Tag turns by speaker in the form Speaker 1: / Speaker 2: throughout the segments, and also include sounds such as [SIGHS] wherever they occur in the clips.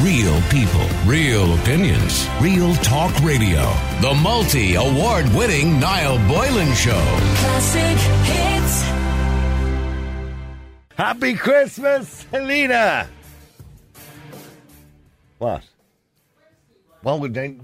Speaker 1: Real people, real opinions, real talk radio. The multi award winning Niall Boylan Show.
Speaker 2: Classic hits.
Speaker 3: Happy Christmas, Helena. What? What would they?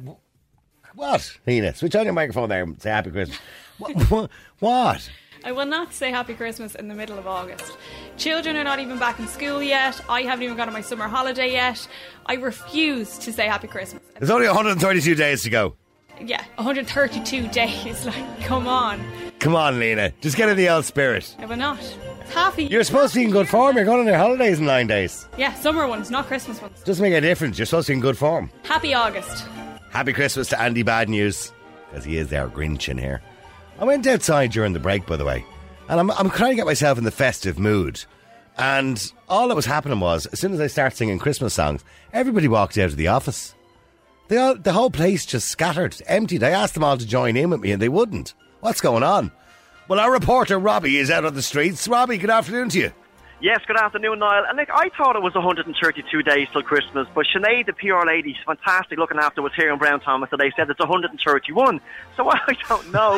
Speaker 3: What, Helena? Switch on your microphone there and say Happy Christmas. what? what?
Speaker 4: I will not say Happy Christmas in the middle of August. Children are not even back in school yet. I haven't even gone on my summer holiday yet. I refuse to say Happy Christmas.
Speaker 3: There's only 132 days to go.
Speaker 4: Yeah, 132 [LAUGHS] days. Like, come on.
Speaker 3: Come on, Lena. Just get in the old spirit.
Speaker 4: I will not. It's half a year.
Speaker 3: You're supposed to be in good form. You're going on your holidays in nine days.
Speaker 4: Yeah, summer ones, not Christmas ones.
Speaker 3: Doesn't make a difference. You're supposed to be in good form.
Speaker 4: Happy August.
Speaker 3: Happy Christmas to Andy Bad News, because he is our Grinch in here. I went outside during the break, by the way, and I'm, I'm trying to get myself in the festive mood. And all that was happening was, as soon as I start singing Christmas songs, everybody walked out of the office. They all, the whole place just scattered, emptied. I asked them all to join in with me, and they wouldn't. What's going on? Well, our reporter Robbie is out on the streets. Robbie, good afternoon to you.
Speaker 5: Yes, good afternoon, Niall. And look, I thought it was 132 days till Christmas, but Sinead, the PR lady, she's fantastic looking after us here in Brown Thomas, and they said it's 131. So [LAUGHS] I don't know.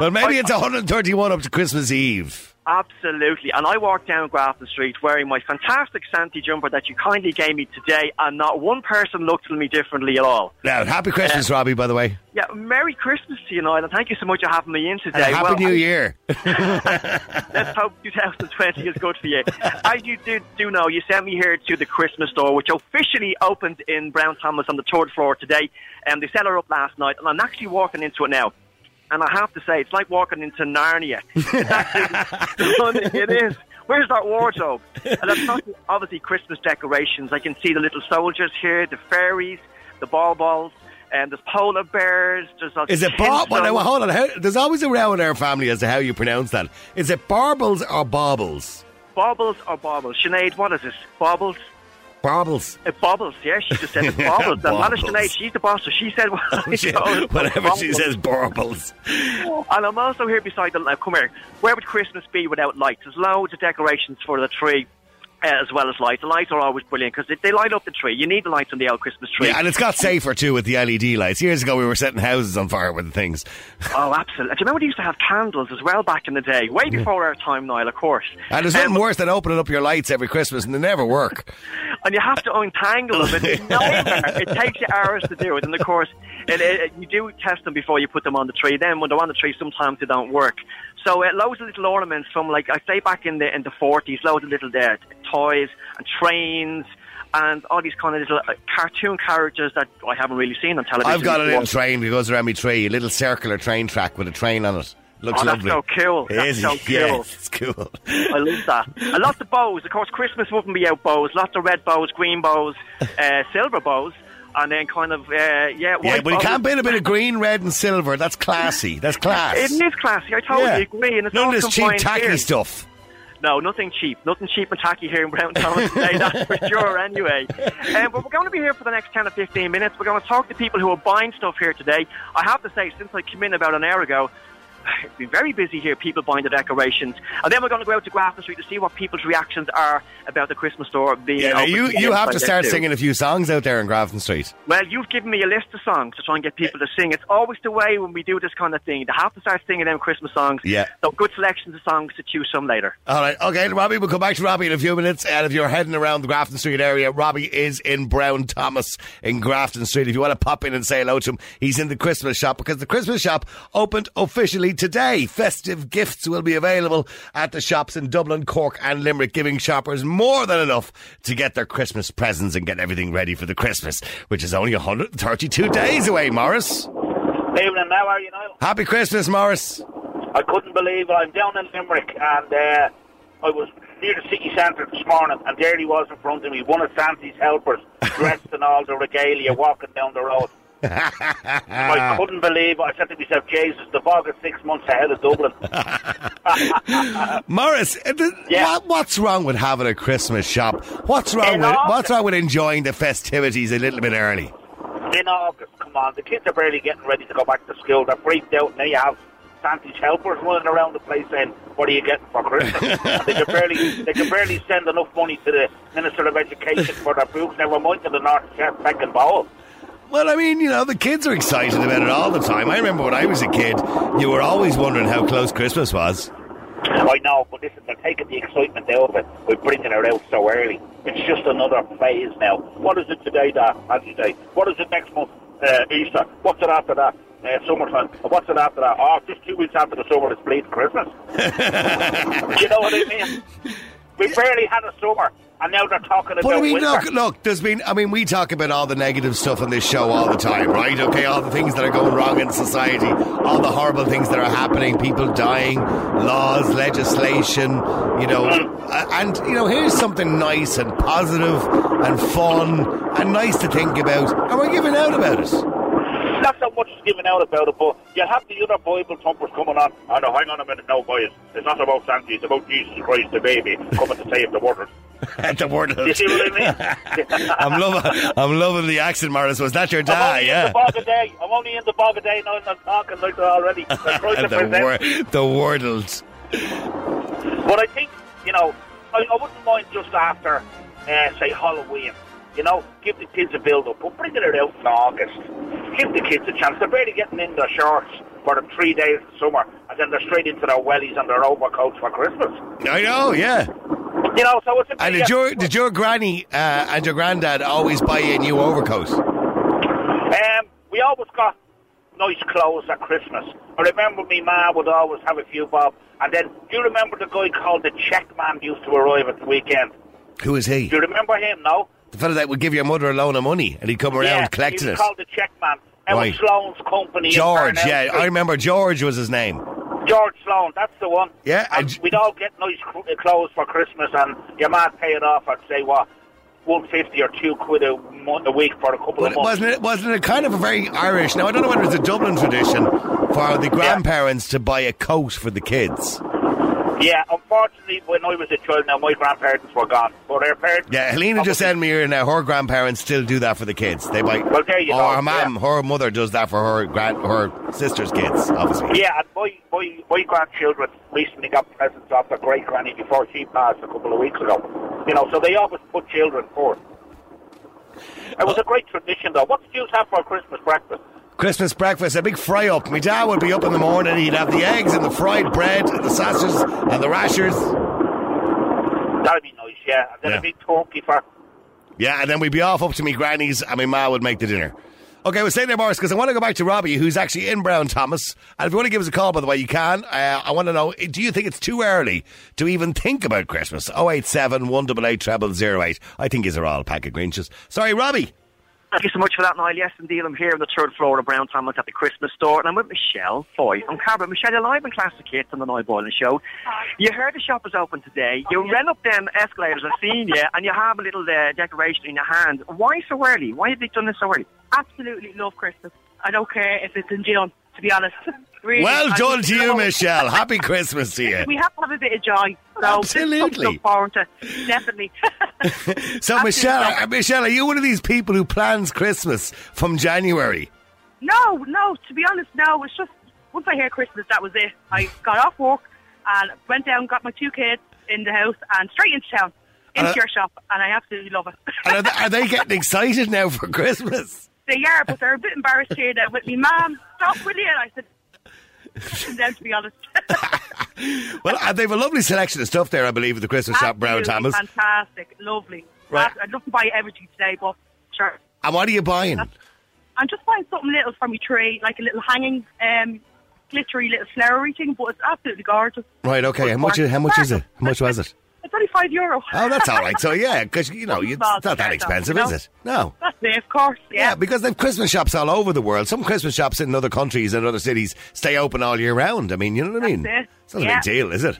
Speaker 3: [LAUGHS] well, maybe
Speaker 5: I- [LAUGHS]
Speaker 3: it's 131 up to Christmas Eve.
Speaker 5: Absolutely. And I walked down Grafton Street wearing my fantastic Santa jumper that you kindly gave me today, and not one person looked at me differently at all.
Speaker 3: Now, happy Christmas, Robbie, by the way.
Speaker 5: Yeah, Merry Christmas to you, Niall, and thank you so much for having me in
Speaker 3: And a
Speaker 5: today.
Speaker 3: happy
Speaker 5: Well,
Speaker 3: New
Speaker 5: I- [LAUGHS]
Speaker 3: Year.
Speaker 5: Let's hope 2020 is good for you. As you do, do know, you sent me here to the Christmas store, which officially opened in Brown Thomas on the third floor today. And they set her up last night, and I'm actually walking into it now. And I have to say, it's like walking into Narnia. [LAUGHS] It's it is. Where's that wardrobe? And that's not obviously Christmas decorations. I can see the little soldiers here, the fairies, the ball balls, and there's polar bears. There's lots
Speaker 3: Is it
Speaker 5: of
Speaker 3: Bob? Well, now,
Speaker 5: tinsel.
Speaker 3: hold on. How, there's always a row in our family as to how you pronounce that. Is it Barbles or Bobbles?
Speaker 5: Baubles or baubles? Sinead, what is this? Baubles?
Speaker 3: Barbles.
Speaker 5: It bobbles, yeah. She just said it's bobbles. And managed to
Speaker 3: Bobbles.
Speaker 5: say she's the boss, so she
Speaker 3: [LAUGHS]
Speaker 5: said what
Speaker 6: [LAUGHS]
Speaker 5: I
Speaker 3: She-
Speaker 5: told her.
Speaker 3: Whatever she
Speaker 5: Bobbles.
Speaker 3: says, Barbles.
Speaker 5: And I'm also here beside the now, come here. Where would Christmas be without lights? There's loads of decorations for the tree. uh, As well as lights. The lights are always brilliant because they, they light up the tree. You need the lights on the old Christmas tree.
Speaker 3: Yeah, and it's got safer, too, with the LED lights. Years ago, we were setting houses on fire with the things.
Speaker 5: Oh, absolutely. Do you remember they used to have candles as well back in the day? Way before our time, Niall, of course.
Speaker 3: And there's
Speaker 5: Um,
Speaker 3: nothing worse than opening up your lights every Christmas, and they never work.
Speaker 5: and you have to untangle them. It's nightmare. it takes you hours to do it, and of course, it, it, you do test them before you put them on the tree. Then when they're on the tree, sometimes they don't work. So uh, loads of little ornaments from like I say back in the in the forties, loads of little uh, toys and trains. And all these kind of little uh, cartoon characters that I haven't really seen on television.
Speaker 3: I've got a little
Speaker 5: before.
Speaker 3: train that goes around my tree, a little circular train track with a train on it. Looks
Speaker 5: Oh, that's
Speaker 3: lovely.
Speaker 5: so cool.
Speaker 3: It
Speaker 5: That's
Speaker 3: is, [LAUGHS]
Speaker 5: so
Speaker 3: yes,
Speaker 5: cool.
Speaker 3: it's cool.
Speaker 5: I love that. And lots of bows. Of course, Christmas wouldn't be out bows. Lots of red bows, green bows, uh, silver bows, and then kind of, uh, yeah, white
Speaker 3: Yeah, but you
Speaker 5: bows.
Speaker 3: can't beat a bit of green, red, and silver. That's classy. That's class.
Speaker 5: It is classy. I totally agree. And it's
Speaker 3: None
Speaker 5: all
Speaker 3: of this cheap
Speaker 5: combined
Speaker 3: tacky
Speaker 5: here.
Speaker 3: stuff.
Speaker 5: No, nothing cheap. Nothing cheap and tacky here in Brown Thomas today, that's
Speaker 3: [LAUGHS]
Speaker 5: for sure, anyway. Um, but we're going to be here for the next 10 or 15 minutes. We're going to talk to people who are buying stuff here today. I have to say, since I came in about an hour ago, [SIGHS] it's been very busy here, people buying the decorations. And then we're going to go out to Grafton Street to see what people's reactions are about the Christmas store being
Speaker 3: Yeah, now
Speaker 5: open
Speaker 3: you
Speaker 5: today
Speaker 3: you have
Speaker 5: by
Speaker 3: to
Speaker 5: then,
Speaker 3: start
Speaker 5: too.
Speaker 3: singing a few songs out there in Grafton Street.
Speaker 5: Well, you've given me a list of songs to try and get people to sing. It's always the way when we do this kind of thing. They have to start singing them Christmas songs.
Speaker 3: Yeah.
Speaker 5: So good selections of songs to choose from later.
Speaker 3: All right, okay, Robbie. We'll come back to Robbie in a few minutes. And if you're heading around the Grafton Street area, Robbie is in Brown Thomas in Grafton Street. If you want to pop in and say hello to him, he's in the Christmas shop because the Christmas shop opened officially today. Festive gifts will be available at the shops in Dublin, Cork, and Limerick, giving shoppers more than enough to get their Christmas presents and get everything ready for the Christmas, which is only 132 days away. Morris,
Speaker 6: Evening, how are you, Niall?
Speaker 3: happy Christmas, Morris. [LAUGHS]
Speaker 6: I couldn't believe it. I'm down in Limerick and uh, I was near the city centre this morning and there he was in front of me, one of Santa's
Speaker 3: [LAUGHS]
Speaker 6: helpers, dressed in all the regalia, walking down the road.
Speaker 3: Ah.
Speaker 6: I couldn't believe it. I said to myself, Jesus, the bog is six months ahead of Dublin.
Speaker 3: Morris, uh, th-
Speaker 6: Yeah.
Speaker 3: what, what's wrong with having a Christmas shop? What's wrong
Speaker 6: In
Speaker 3: with
Speaker 6: August.
Speaker 3: what's wrong with enjoying the festivities a little bit early?
Speaker 6: in August, come on, the kids are barely getting ready to go back to school. They're freaked out. Now you have Santa's helpers running around the place saying, what are you getting for Christmas? And they could barely they could barely send enough money to the Minister of Education for their books, never mind to the North Chef second bowl.
Speaker 3: Well, I mean, you know, the kids are excited about it all the time. I remember when I was a kid, you were always wondering how close Christmas was.
Speaker 6: [COUGHS] I know, but listen, they're taking the excitement out of it by bringing it out so early. It's just another phase now. What is it today, Dad? Magic Day. What is it next month? Uh, Easter. What's it after that? Uh, summertime. And what's it after that? Oh, just two weeks after the summer, it's bleeding Christmas. you know what I mean? We barely had a summer, and now they're talking about
Speaker 3: But I mean,
Speaker 6: winter.
Speaker 3: look, look, there's been, I mean, we talk about all the negative stuff on this show all the time, right? Okay, all the things that are going wrong in society, all the horrible things that are happening, people dying, laws, legislation, you know. Uh, And, you know, here's something nice and positive and fun and nice to think about, and we're giving out about it.
Speaker 6: Not so much is given out about it, but you'll have the other Bible thumpers coming on. Oh, no, hang on a minute now, boys. It's not about Santa, it's about Jesus Christ, the baby, coming to save the world.
Speaker 3: At [LAUGHS] the word [LAUGHS]
Speaker 6: You see what I mean?
Speaker 3: I'm loving, I'm loving the accent, Maris. Was that your
Speaker 6: I'm
Speaker 3: dad?
Speaker 6: only in
Speaker 3: Oh, Yeah.
Speaker 6: the bog of day. I'm only in the bog of day now and I'm talking like that
Speaker 3: [LAUGHS]
Speaker 6: already. I'm trying to
Speaker 3: the,
Speaker 6: present.
Speaker 3: wor- the wordles.
Speaker 6: But I think, you know, I, I wouldn't mind just after, uh, say, Halloween. You know, give the kids a build-up. But bring it out in August. Give the kids a chance. They're barely getting in their shorts for the three days of summer. And then they're straight into their wellies and their overcoats for Christmas.
Speaker 3: I know, Oh, yeah.
Speaker 6: You know, so it's a
Speaker 3: And did your did your granny uh, and your granddad always buy you a new overcoat?
Speaker 6: Um, we always got nice clothes at Christmas. I remember me ma would always have a few bob. And then, do you remember the guy called the Czech man used to arrive at the weekend?
Speaker 3: Who is he?
Speaker 6: Do you remember him? No.
Speaker 3: The fellow that would give your mother a loan of money and he'd come around
Speaker 6: he
Speaker 3: collecting
Speaker 6: was
Speaker 3: it.
Speaker 6: called the Czech man. Out
Speaker 3: Right.
Speaker 6: right. Sloan's company. in
Speaker 3: George,
Speaker 6: Parnell
Speaker 3: yeah, I
Speaker 6: Street.
Speaker 3: remember George was his name.
Speaker 6: George Sloan, that's the one.
Speaker 3: Yeah,
Speaker 6: and
Speaker 3: and-
Speaker 6: we'd all get nice cr- uh, clothes for Christmas, and your ma'd pay it off. I'd say what, one fifty or two quid a, month, a week for a couple
Speaker 3: But
Speaker 6: of
Speaker 3: it
Speaker 6: months.
Speaker 3: wasn't it wasn't it kind of a very Irish? Now I don't know whether it's a Dublin tradition for the grandparents to buy a coat for the kids.
Speaker 6: Yeah, unfortunately, when I was a child, now my grandparents were gone, but their parents.
Speaker 3: Yeah, Helena just sent me here now. Her grandparents still do that for the kids. They buy.
Speaker 6: Well, there you
Speaker 3: or
Speaker 6: go,
Speaker 3: her mum, her mother does that for her grand, her sister's kids, obviously.
Speaker 6: Yeah, and my, my, my grandchildren recently got presents off their great granny before she passed a couple of weeks ago. You know, so they always put children first. It was a great tradition, though. What did you have for Christmas breakfast?
Speaker 3: Christmas breakfast, a big fry up. My dad would be up in the morning. He'd have the eggs and the fried bread and the sausages and the rashers.
Speaker 6: That'd be nice, yeah. And then
Speaker 3: Yeah.
Speaker 6: a big turkey for.
Speaker 3: Yeah, and then we'd be off up to me granny's, and my ma would make the dinner. Okay, we'll stay there, Morris, because I want to go back to Robbie, who's actually in Brown Thomas. And if you want to give us a call, by the way, you can. Uh, I want to know, do you think it's too early to even think about Christmas? 087 188 0008. I think these are all a pack of Grinches. Sorry, Robbie.
Speaker 5: Thank you so much for that, Niall. Yes, indeed, I'm here on the third floor of Brown Thomas at the Christmas store, and I'm with Michelle Foy on camera. Michelle, you're live in Classic Hits on the Niall Boylan Show. You heard the shop was open today. You ran up them escalators, I've seen you, and you have a little uh, decoration in your hand. Why so early? Why have they done this so early?
Speaker 2: absolutely love Christmas. I don't care if it's in June, to be honest. Really,
Speaker 3: Well
Speaker 2: I
Speaker 3: done
Speaker 2: just
Speaker 3: to you,
Speaker 2: love-
Speaker 3: Michelle. Happy Christmas to you.
Speaker 2: We have to have a bit of joy. So this is something to
Speaker 3: Absolutely.
Speaker 2: look forward to. Definitely.
Speaker 3: So, Michelle, uh, Michelle, are you one of these people who plans Christmas from January?
Speaker 2: no, no, to be honest, no. It's just once I hear Christmas, that was it. I got off work and went down, got my two kids in the house and straight into town, into
Speaker 3: Uh,
Speaker 2: your shop, and I absolutely love it. [LAUGHS]
Speaker 3: And are they, are they getting excited now for Christmas?
Speaker 2: they are, but they're a bit embarrassed here that with me, Mum, stop, will you? And I said, and then to be honest.
Speaker 3: Well, uh, they have a lovely selection of stuff there, I believe, at the Christmas shop, Brown
Speaker 2: Absolutely
Speaker 3: Thomas.
Speaker 2: Fantastic, lovely.
Speaker 3: Right.
Speaker 2: I'd love to buy everything today, but sure.
Speaker 3: And what are you buying?
Speaker 2: I'm just buying something little from your tree, like a little hanging, um, glittery little flowery thing, but it's absolutely gorgeous.
Speaker 3: Right, okay. How much? uh, How much is it? How much was
Speaker 2: [LAUGHS]
Speaker 3: it?
Speaker 2: It's only five euro.
Speaker 3: Oh, that's all right. So yeah, because you know it's
Speaker 2: Well,
Speaker 3: not that
Speaker 2: yeah,
Speaker 3: expensive,
Speaker 2: no.
Speaker 3: is it? No.
Speaker 2: [LAUGHS] That's it, of course.
Speaker 3: Yeah.
Speaker 2: Yeah.
Speaker 3: because they've Christmas shops all over the world. Some Christmas shops in other countries and other cities stay open all year round. I mean, you know what I mean?
Speaker 2: That's it.
Speaker 3: It's not a
Speaker 2: Yeah.
Speaker 3: big deal, is it?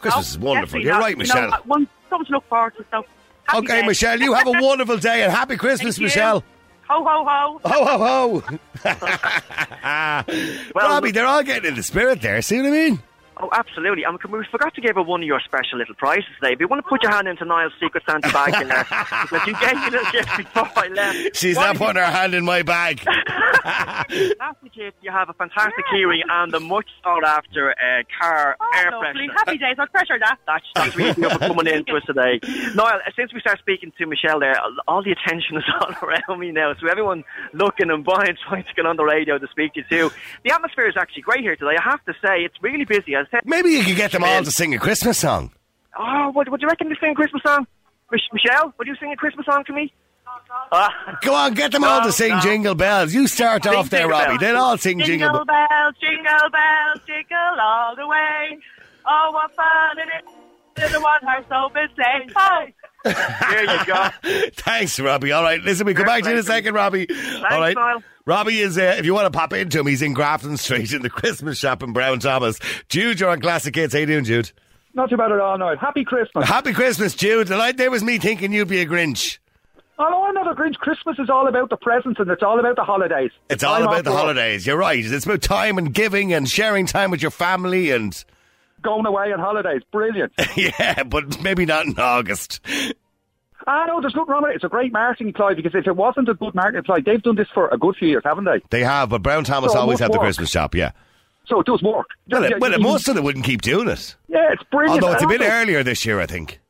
Speaker 3: Christmas
Speaker 2: No,
Speaker 3: is wonderful.
Speaker 2: definitely
Speaker 3: You're
Speaker 2: not.
Speaker 3: right,
Speaker 2: No,
Speaker 3: Michelle.
Speaker 2: uh, one, something to look forward to. So happy
Speaker 3: okay,
Speaker 2: day.
Speaker 3: Michelle, you have a wonderful day and happy
Speaker 2: Thank
Speaker 3: Christmas,
Speaker 2: you.
Speaker 3: Michelle.
Speaker 2: [LAUGHS] Ho ho ho.
Speaker 3: Ho [LAUGHS]
Speaker 5: [LAUGHS]
Speaker 3: ho ho! Robbie, they're all getting in the spirit there. See what I mean?
Speaker 5: Oh, absolutely. And we forgot to give her one of your special little prizes today. If you want to put your hand into Niall's secret Santa bag
Speaker 3: [LAUGHS]
Speaker 5: in there, because you gave me a little gift before I left.
Speaker 3: She's not
Speaker 5: Why don't you-
Speaker 3: putting her hand in my
Speaker 5: [LAUGHS]
Speaker 3: bag.
Speaker 5: After you, you have a fantastic hearing and a much sought after uh, car
Speaker 2: Oh,
Speaker 5: air
Speaker 2: lovely.
Speaker 5: freshener.
Speaker 2: Happy days. I'll pressure that.
Speaker 5: That's, that's really up for coming in to us today. Niall, uh, since we start speaking to Michelle there, all the attention is [LAUGHS] all around me now. So everyone looking and buying, [LAUGHS] trying to get on the radio to speak to you too. The atmosphere is actually great here today. I have to say, it's really busy. As I said,
Speaker 3: Maybe you could get them all to sing a Christmas song.
Speaker 5: oh, what, what do you reckon they sing a Christmas song? Mich- Michelle, would you sing a Christmas song to me? Ah, [LAUGHS]
Speaker 3: Go on, get them all
Speaker 5: No,
Speaker 3: to sing
Speaker 5: no.
Speaker 3: Jingle Bells. You start
Speaker 5: Sing
Speaker 3: off there,
Speaker 5: Jingle
Speaker 3: Robbie.
Speaker 5: Bells.
Speaker 3: They'll all sing Jingle Bells.
Speaker 2: bells, jingle bells, jingle all the way. Oh, what fun it is to the one horse open sleigh. Hi.
Speaker 5: there you go.
Speaker 3: [LAUGHS] Thanks, Robbie. All right, listen, we come back to you in a second, Robbie. All right.
Speaker 5: Niall.
Speaker 3: Robbie is, uh, if you want to pop into him, he's in Grafton Street in the Christmas shop in Brown Thomas. Jude, you're on Classic Kids. How you doing, Jude?
Speaker 7: Not too bad at all, Niall. Happy Christmas.
Speaker 3: Happy Christmas, Jude. The night there was me thinking you'd be a Grinch.
Speaker 7: Although I'm not a Grinch, Christmas is all about the presents and it's all about the holidays.
Speaker 3: It's all
Speaker 7: I'm
Speaker 3: about
Speaker 7: off
Speaker 3: the
Speaker 7: work,
Speaker 3: holidays. You're right. It's about time and giving and sharing time with your family and,
Speaker 7: Going away on holidays. Brilliant.
Speaker 3: [LAUGHS] yeah, but maybe not in August.
Speaker 7: I know, Ah, there's nothing wrong with it. It's a great marketing ploy because if it wasn't a good marketing ploy, they've done this for a good few years, haven't they?
Speaker 3: They have, but Brown Thomas
Speaker 7: So it
Speaker 3: always
Speaker 7: must
Speaker 3: had the
Speaker 7: work.
Speaker 3: Christmas shop, yeah.
Speaker 7: So it does work.
Speaker 3: Well,
Speaker 7: Yeah,
Speaker 3: it, well, it
Speaker 7: you-
Speaker 3: most of them wouldn't keep doing it.
Speaker 7: Yeah, it's brilliant.
Speaker 3: Although it's a
Speaker 7: And
Speaker 3: bit
Speaker 7: also-
Speaker 3: earlier this year, I think.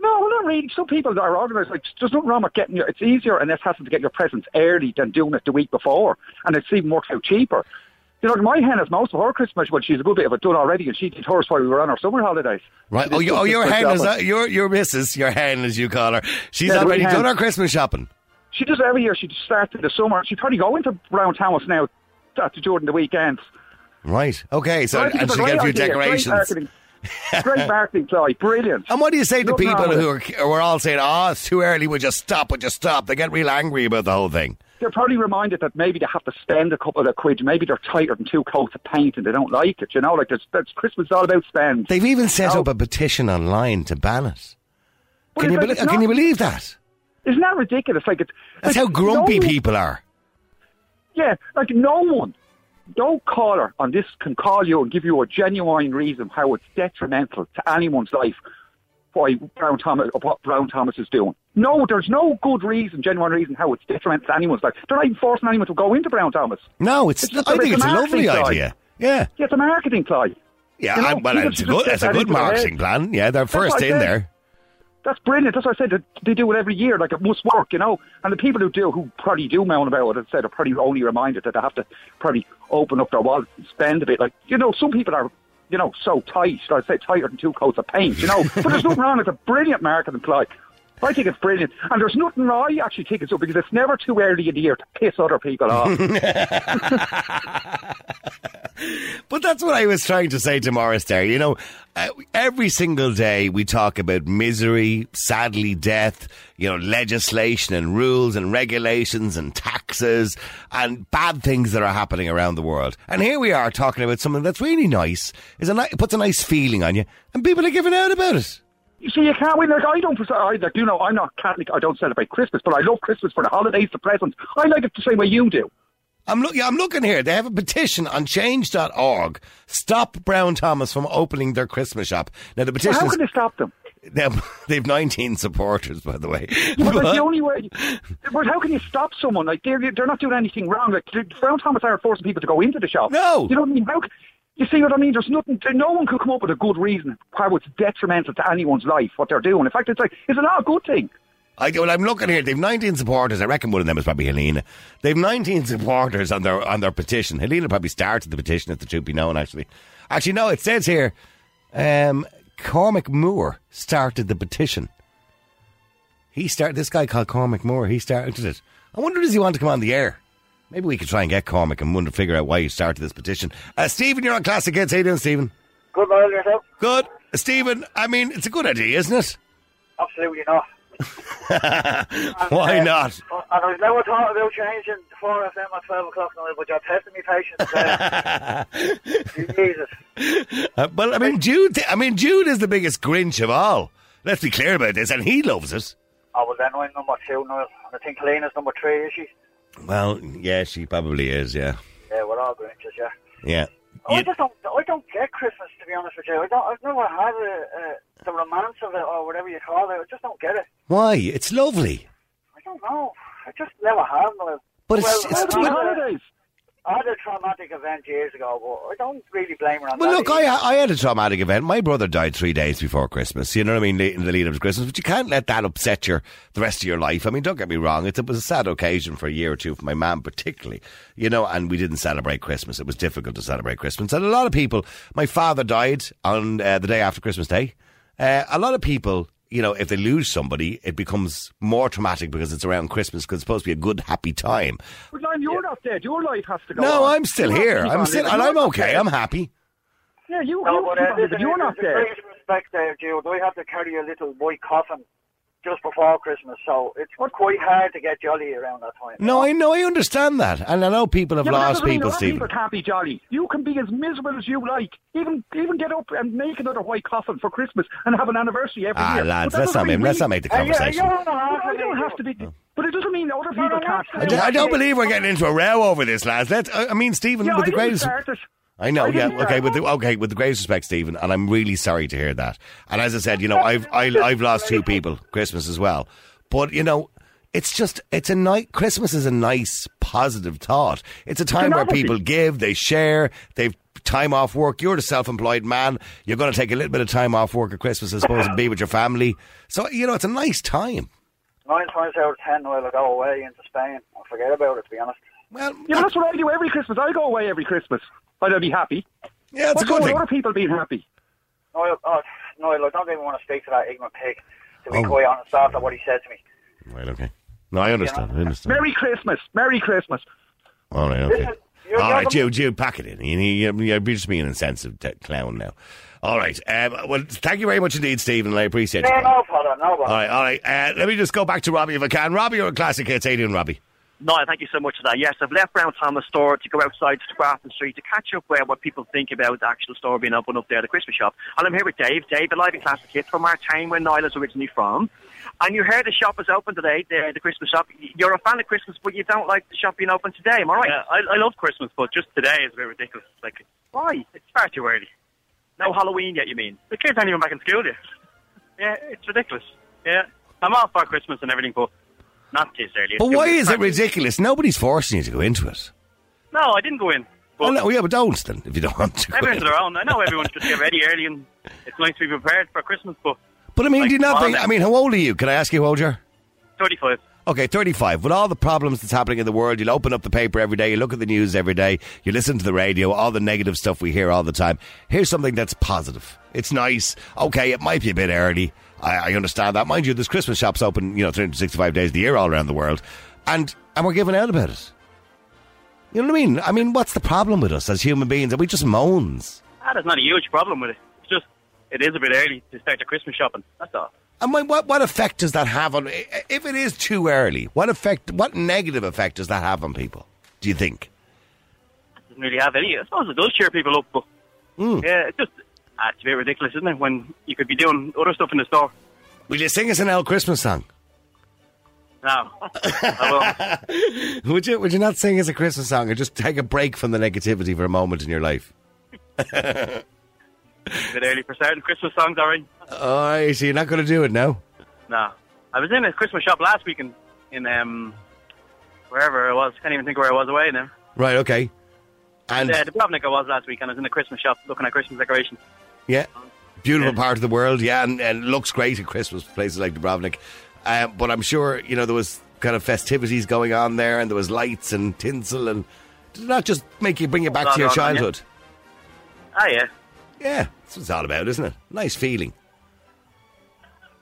Speaker 7: No, well, not really. Some people that are organised, like, there's nothing wrong with getting your, it's easier and less hassle to get your presents early than doing it the week before. And it even works out cheaper. You know, my hen has most of her Christmas, well, she's a good bit of it done already, and she did hers while we were on our summer holidays.
Speaker 3: Right. Oh, you, oh your hen is that, your your missus, your hen as you call her. She's
Speaker 7: Yeah, the
Speaker 3: already
Speaker 7: wee hen.
Speaker 3: done her Christmas shopping.
Speaker 7: She does it every year. She just starts in the summer. She's probably going to Brown Thomas now after during the weekends.
Speaker 3: Right. Okay. So
Speaker 7: I think
Speaker 3: and
Speaker 7: it's
Speaker 3: she got a few
Speaker 7: great idea, Great
Speaker 3: decorations. [LAUGHS]
Speaker 7: marketing, great marketing ploy. Brilliant.
Speaker 3: And what do you say to
Speaker 7: Nothing wrong
Speaker 3: people
Speaker 7: with
Speaker 3: who are, who are all saying, "Oh, it's too early. Would just stop? Would just stop?" They get real angry about the whole thing.
Speaker 7: They're probably reminded that maybe they have to spend a couple of quid. Maybe they're tighter than two coats of paint and they don't like it. You know, like there's, there's Christmas is all about spend.
Speaker 3: They've even set
Speaker 7: No.
Speaker 3: up a petition online to ban it.
Speaker 7: But it's
Speaker 3: Can you
Speaker 7: like,
Speaker 3: belie
Speaker 7: it's
Speaker 3: can
Speaker 7: not-
Speaker 3: you believe that?
Speaker 7: Isn't that ridiculous? Like it's
Speaker 3: That's
Speaker 7: like,
Speaker 3: how grumpy
Speaker 7: no-
Speaker 3: people are.
Speaker 7: Yeah, like no one, no caller on this can call you and give you a genuine reason how it's detrimental to anyone's life why Brown Thomas what Brown Thomas is doing. No, there's no good reason, genuine reason how it's detrimental to anyone's life. They're not even forcing anyone to go into Brown Thomas.
Speaker 3: No, it's.
Speaker 7: It's just
Speaker 3: I
Speaker 7: a-
Speaker 3: think
Speaker 7: it's
Speaker 3: it's
Speaker 7: a
Speaker 3: a
Speaker 7: marketing
Speaker 3: lovely
Speaker 7: side.
Speaker 3: idea. Yeah.
Speaker 7: Yeah, it's a marketing ploy.
Speaker 3: Yeah,
Speaker 7: You know,
Speaker 3: I, well,
Speaker 7: people
Speaker 3: it's a
Speaker 7: should just
Speaker 3: good,
Speaker 7: get
Speaker 3: it's a
Speaker 7: that
Speaker 3: good
Speaker 7: into their head.
Speaker 3: marketing plan. Yeah, they're
Speaker 7: what
Speaker 3: first
Speaker 7: I
Speaker 3: in
Speaker 7: said.
Speaker 3: there.
Speaker 7: That's brilliant. That's what I said. that They do it every year. Like it must work, you know. And the people who do, who probably do moan about it, as I said, are probably only reminded that they have to probably open up their wallet and spend a bit. Like you know, some people are, you know, so tight. I'd say tighter than two coats of paint, you know. but there's nothing wrong. It's a brilliant marketing ploy. I think it's brilliant, and there's nothing wrong. I actually think it's up because it's never too early in the year to piss other people off.
Speaker 3: But that's what I was trying to say to Morris there. You know, uh, every single day we talk about misery, sadly, death, you know, legislation and rules and regulations and taxes and bad things that are happening around the world. And here we are talking about something that's really nice, is a ni- it puts a nice feeling on you, and people are giving out about it.
Speaker 7: You see, you can't win. Like I don't, I like you know, I'm not Catholic. I don't celebrate Christmas, but I love Christmas for the holidays, the presents. I like it the same way you do.
Speaker 3: I'm, look, yeah, I'm looking here. They have a petition on change.org. Stop Brown Thomas from opening their Christmas shop. Now, the petition
Speaker 7: How can they stop
Speaker 3: [LAUGHS]
Speaker 7: them?
Speaker 3: Now, they've 19 supporters, by the way.
Speaker 7: But that's
Speaker 3: But-
Speaker 7: the only way. But how can you stop someone? Like they're they're not doing anything wrong. Like the Brown Thomas are forcing people to go into the shop.
Speaker 3: No.
Speaker 7: you know what I mean. How? c- You see what I mean? There's nothing. No one could come up with a good reason how it's detrimental to anyone's life what they're doing. In fact, it's like it's not a good thing.
Speaker 3: I, well, I'm looking here. They've 19 supporters. I reckon one of them is probably Helena. They've 19 supporters on their on their petition. Helena probably started the petition, if the truth be known, actually. Actually, no, it says here um, Cormac Moore started the petition. He started, this guy called Cormac Moore, he started it. I wonder, does he want to come on the air? Maybe we could try and get Cormac and wonder, figure out why he started this petition. Uh, Stephen, you're on Classic Kids. How you doing, Stephen?
Speaker 6: Good night, yourself.
Speaker 3: Good. Stephen, I mean, it's a good idea, isn't it?
Speaker 6: Absolutely not.
Speaker 3: [LAUGHS]
Speaker 8: uh,
Speaker 3: Why not?
Speaker 6: And I was never thought about changing the 4 FM at 12 o'clock now, but you're testing me patience there.
Speaker 8: uh,
Speaker 3: [LAUGHS]
Speaker 6: Jesus.
Speaker 3: Uh, well, I mean, Jude. I mean, Jude is the biggest Grinch of all. Let's be clear about this, and he loves it.
Speaker 6: I was then win number two now, and I think Helena's number three, is she?
Speaker 3: Well, yeah, she probably is. Yeah,
Speaker 6: Yeah, we're all Grinches, yeah.
Speaker 3: yeah.
Speaker 8: I just don't. I don't get Christmas to be honest with you. I don't. I've never had uh, uh, the romance of it or whatever you call it. I just don't get it.
Speaker 3: Why? It's lovely.
Speaker 8: I don't know. I just never have. Well,
Speaker 3: But it's-
Speaker 8: well,
Speaker 3: it's-
Speaker 8: I've
Speaker 3: but-
Speaker 8: had a- I had a traumatic event years ago, but I don't really blame her on
Speaker 3: Well,
Speaker 8: that.
Speaker 3: look, I, I had a traumatic event. My brother died three days before Christmas. You know what I mean? le- In the lead up to Christmas, but you can't let that upset your the rest of your life. I mean, don't get me wrong; it, it was a sad occasion for a year or two for my mum, particularly. You know, and we didn't celebrate Christmas. It was difficult to celebrate Christmas, and a lot of people. My father died on uh, the day after Christmas Day. Uh, a lot of people you know, if they lose somebody, it becomes more traumatic because it's around Christmas because it's supposed to be a good, happy time.
Speaker 7: But Lime, you're not dead. Your life has to go
Speaker 3: No,
Speaker 7: on.
Speaker 3: I'm still
Speaker 7: You have
Speaker 3: here.
Speaker 7: to keep
Speaker 3: I'm
Speaker 7: on
Speaker 3: still,
Speaker 7: living.
Speaker 3: and
Speaker 7: You're
Speaker 3: I'm
Speaker 7: not
Speaker 3: okay.
Speaker 7: dead.
Speaker 3: I'm happy.
Speaker 7: Yeah, you,
Speaker 8: No,
Speaker 7: you
Speaker 8: but
Speaker 7: keep
Speaker 8: uh,
Speaker 7: on living.
Speaker 8: listen,
Speaker 7: You're not
Speaker 8: there's a
Speaker 7: dead.
Speaker 8: great respect there, Jude. We have to carry a little white coffin just before Christmas, so it's quite hard to get jolly around that time.
Speaker 3: No, I know, I understand that, and I know people have
Speaker 7: Yeah, but that's
Speaker 3: lost
Speaker 7: the thing,
Speaker 3: people,
Speaker 7: other
Speaker 3: Stephen.
Speaker 7: People can't be jolly. You can be as miserable as you like. Even even get up and make another white coffin for Christmas and have an anniversary every
Speaker 3: Ah,
Speaker 7: year. But
Speaker 3: lads,
Speaker 7: that
Speaker 3: let's not
Speaker 7: doesn't
Speaker 3: make,
Speaker 7: mean
Speaker 3: let's
Speaker 7: we-
Speaker 3: not make the
Speaker 8: Are you, are
Speaker 3: conversation. Oh.
Speaker 8: you on a
Speaker 7: No,
Speaker 8: half
Speaker 7: I don't have to be. But it doesn't mean other people
Speaker 8: no,
Speaker 7: can't.
Speaker 8: no,
Speaker 3: I don't, I don't believe we're getting into a row over this, lads. Let's, I I mean, Stephen,
Speaker 7: Yeah, I
Speaker 3: with the
Speaker 7: didn't
Speaker 3: greatest.
Speaker 7: start it.
Speaker 3: I know,
Speaker 7: I
Speaker 3: yeah,
Speaker 7: didn't
Speaker 3: okay,
Speaker 7: start
Speaker 3: with the
Speaker 7: it.
Speaker 3: okay, with the greatest respect, Stephen, and I'm really sorry to hear that. And as I said, you know, I've I, I've lost two people Christmas as well, but you know, it's just it's a night. Christmas is a nice, positive thought. It's a time where
Speaker 7: novelty.
Speaker 3: people give, they share, they've time off work. You're a self-employed man. You're going to take a little bit of time off work at Christmas, I suppose, and be with your family. So you know, it's a nice time.
Speaker 8: Nine times out of ten, I'll go away into Spain. I'll forget about it, to be honest.
Speaker 3: Well,
Speaker 7: Yeah, but that's what I do every Christmas. I go away every Christmas. I'd be happy.
Speaker 3: yeah, it's
Speaker 7: What's
Speaker 3: a good
Speaker 7: wrong with
Speaker 3: thing.
Speaker 7: other people being happy?
Speaker 8: Niall, oh, Niall, I don't even want to speak to that ignorant pig, to be
Speaker 3: Oh.
Speaker 8: quite honest, after what he said to me.
Speaker 3: Right, okay. No, I understand. I understand.
Speaker 7: Merry Christmas. Merry Christmas.
Speaker 3: All Oh, right, okay.
Speaker 8: Listen, [LAUGHS] you're-
Speaker 3: All
Speaker 8: you're
Speaker 3: right,
Speaker 8: the-
Speaker 3: Jude, Jude, pack it in. You, you, you're just being an insensitive t- clown now. All right. Um, well, thank you very much indeed, Stephen. I appreciate
Speaker 8: No,
Speaker 3: it.
Speaker 8: no, brother, no,
Speaker 3: All
Speaker 8: brother.
Speaker 3: right, all right. Uh, let me just go back to Robbie if I can. Robbie, you're a classic hits. How you doing, Robbie?
Speaker 5: No, thank you so much for that. Yes, I've left Brown Thomas store to go outside to Grafton Street to catch up where what people think about the actual store being open up there, the Christmas shop. And I'm here with Dave. Dave, alive in classic hits from our town where Niall is originally from. And you heard the shop is open today, the, the Christmas shop. You're a fan of Christmas, but you don't like the shop being open today. Am I right?
Speaker 9: Yeah, I, I love Christmas, but just today is a bit ridiculous. Like,
Speaker 5: Why?
Speaker 9: it's far too early.
Speaker 5: No Halloween yet, you mean?
Speaker 9: The kids aren't even back in school yet. Yeah, it's ridiculous. Yeah, I'm all for Christmas and everything, but not this early.
Speaker 3: But
Speaker 9: It's
Speaker 3: why
Speaker 9: gonna be
Speaker 3: is it
Speaker 9: crazy.
Speaker 3: ridiculous? Nobody's forcing you to go into it.
Speaker 9: No, I didn't go in. But
Speaker 3: Well, no, yeah, but don't then, if you don't want to. Go
Speaker 9: everyone's
Speaker 3: in.
Speaker 9: to their own. I know everyone's just get ready early, and it's nice to be prepared for Christmas. But
Speaker 3: But I mean,
Speaker 9: Like,
Speaker 3: do you not
Speaker 9: come on
Speaker 3: think?
Speaker 9: then.
Speaker 3: I mean, how old are you? Can I ask you how old you're?
Speaker 9: 35.
Speaker 3: Okay, 35. With all the problems that's happening in the world, you'll open up the paper every day, you look at the news every day, you listen to the radio, all the negative stuff we hear all the time. Here's something that's positive. It's nice. Okay, it might be a bit early. I, I understand that. Mind you, this Christmas shop's open, you know, 365 days a year all around the world. And, and we're giving out about it. You know what I mean? I mean, what's the problem with us as human beings? Are we just moans?
Speaker 9: That is Ah, not a huge problem with it. It's just it is a bit early to start the Christmas shopping. That's all.
Speaker 3: And when- what, what effect does that have on, if it is too early, what effect, what negative effect does that have on people, do you think?
Speaker 9: doesn't really have any. I suppose it does cheer people up, but
Speaker 3: Hmm.
Speaker 9: yeah, it's just ah, it's a bit ridiculous, isn't it? When you could be doing other stuff in the store.
Speaker 3: Will you sing us an old Christmas song?
Speaker 9: No,
Speaker 3: [LAUGHS]
Speaker 9: I won't.
Speaker 3: Would you? Would you not sing us a Christmas song and just take a break from the negativity for a moment in your life?
Speaker 9: It's a bit early for certain Christmas songs, alright.
Speaker 3: All right, so you're not going to do it now.
Speaker 9: No, I was in a Christmas shop last week in in um wherever I was. Can't even think where I was away now.
Speaker 3: Right, okay. And
Speaker 9: Yeah, Dubrovnik I was last week, and I was in a Christmas shop looking at Christmas decorations.
Speaker 3: yeah, beautiful
Speaker 9: Yeah.
Speaker 3: part of the world. Yeah, and, and looks great at Christmas places like Dubrovnik. Uh, but I'm sure you know there was kind of festivities going on there, and there was lights and tinsel, and did it not just make you bring you back
Speaker 9: Lot
Speaker 3: to your
Speaker 9: going on, yeah.
Speaker 3: childhood.
Speaker 9: Ah, yeah.
Speaker 3: Yeah, that's what it's all about, isn't it? Nice feeling.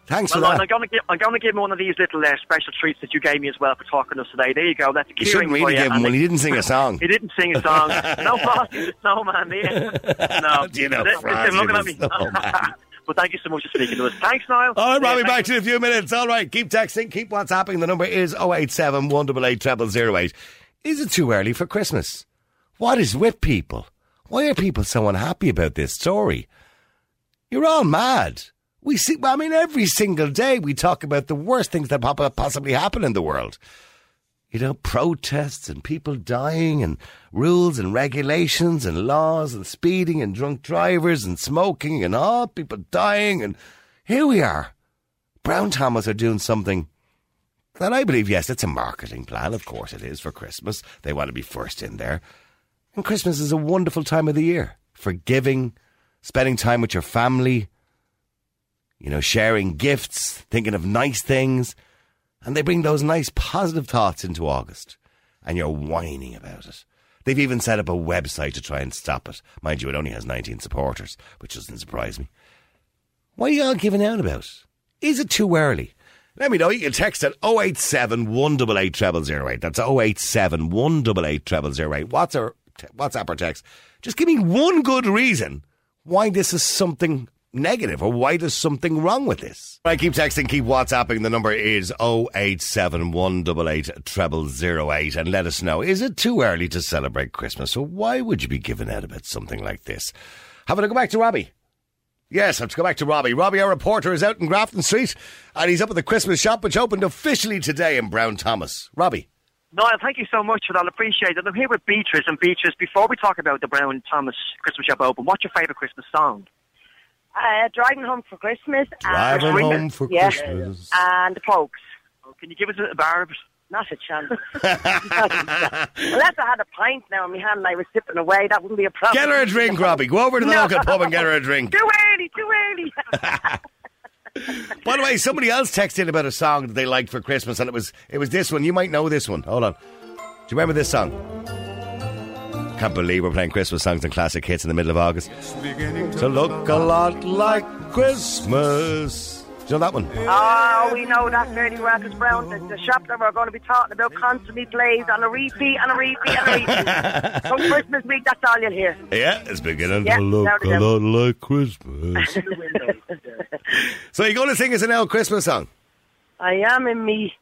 Speaker 3: Thanks
Speaker 5: Well,
Speaker 3: for that.
Speaker 5: I'm going to give I'm going to give him one of these little uh, special treats that you gave me as well for talking to us today. There you go. That's a
Speaker 3: you
Speaker 5: keyring
Speaker 3: shouldn't really give
Speaker 5: for you,
Speaker 3: him
Speaker 5: and
Speaker 3: when
Speaker 5: it-
Speaker 3: he didn't sing a song.
Speaker 5: [LAUGHS] He didn't sing
Speaker 3: [LAUGHS]
Speaker 5: a song. no [LAUGHS] Frosty the Snowman there. No.
Speaker 3: Do [LAUGHS] you know
Speaker 5: Just him looking at
Speaker 3: Frosty
Speaker 5: me.
Speaker 3: the
Speaker 5: [LAUGHS]
Speaker 3: Snowman?
Speaker 5: but thank you so much for speaking to us. Thanks, Niall.
Speaker 3: All right,
Speaker 5: Yeah,
Speaker 3: Robbie,
Speaker 5: thank
Speaker 3: back to you in a few minutes. All right, keep texting, keep WhatsApping. The number is 087 188 0008. Is it too early for Christmas? What is with people? Why are people so unhappy about this story? You're all mad. We see, I mean, every single day we talk about the worst things that pop- possibly happen in the world. you know, protests and people dying and rules and regulations and laws and speeding and drunk drivers and smoking and all people dying. And here we are. Brown Thomas are doing something that I believe, yes, it's a marketing plan. Of course it is for Christmas. They want to be first in there. And Christmas is a wonderful time of the year for giving, spending time with your family, you know, sharing gifts, thinking of nice things. And they bring those nice positive thoughts into August. And you're whining about it. They've even set up a website to try and stop it. Mind you, it only has 19 supporters, which doesn't surprise me. What are you all giving out about? Is it too early? Let me know. You can text at 087 188 0008. That's 087 188 0008. What's our te- WhatsApp or text? Just give me one good reason why this is something negative or why there's something wrong with this. I keep texting, keep WhatsApping. The number is 087 188 0008 and let us know is it too early to celebrate Christmas or why would you be giving out about something like this? Having to go back to Robbie. Yes, let's go back to Robbie. Robbie, our reporter, is out in Grafton Street and he's up at the Christmas shop, which opened officially today in Brown Thomas. Robbie.
Speaker 5: Niall, thank you so much for that. I appreciate it. I'm here with Beatrice. And Beatrice, before we talk about the Brown Thomas Christmas Shop Open, what's your favourite Christmas song?
Speaker 10: Uh, driving home for Christmas. and-
Speaker 5: Driving home for
Speaker 10: yeah.
Speaker 5: Christmas.
Speaker 10: And the pokes.
Speaker 5: Oh, Can you give us a bar?
Speaker 10: Not a chance. [LAUGHS] Unless I had a pint now in my hand and I was sipping away, that wouldn't be a problem.
Speaker 3: Get her a drink, Robbie. Go over to the
Speaker 10: No.
Speaker 3: local pub and get her a drink.
Speaker 10: Too early, too early.
Speaker 3: By the way, somebody else texted in about a song that they liked for Christmas, and it was it was this one. You might know this one. Hold on. Do you remember this song? Can't believe we're playing Christmas songs and classic hits in the middle of August. To look a lot like Christmas. Do you know that one?
Speaker 10: oh, we know that fairly well because Brown, the, the shop that we're going to be talking about constantly plays on a repeat, on a repeat, on a repeat. From Christmas week, that's all you'll hear.
Speaker 3: Yeah, it's beginning
Speaker 10: Yeah,
Speaker 3: to look
Speaker 10: sounded
Speaker 3: a
Speaker 10: them.
Speaker 3: lot like Christmas. so you're going to sing us an old Christmas song?
Speaker 10: I am in me.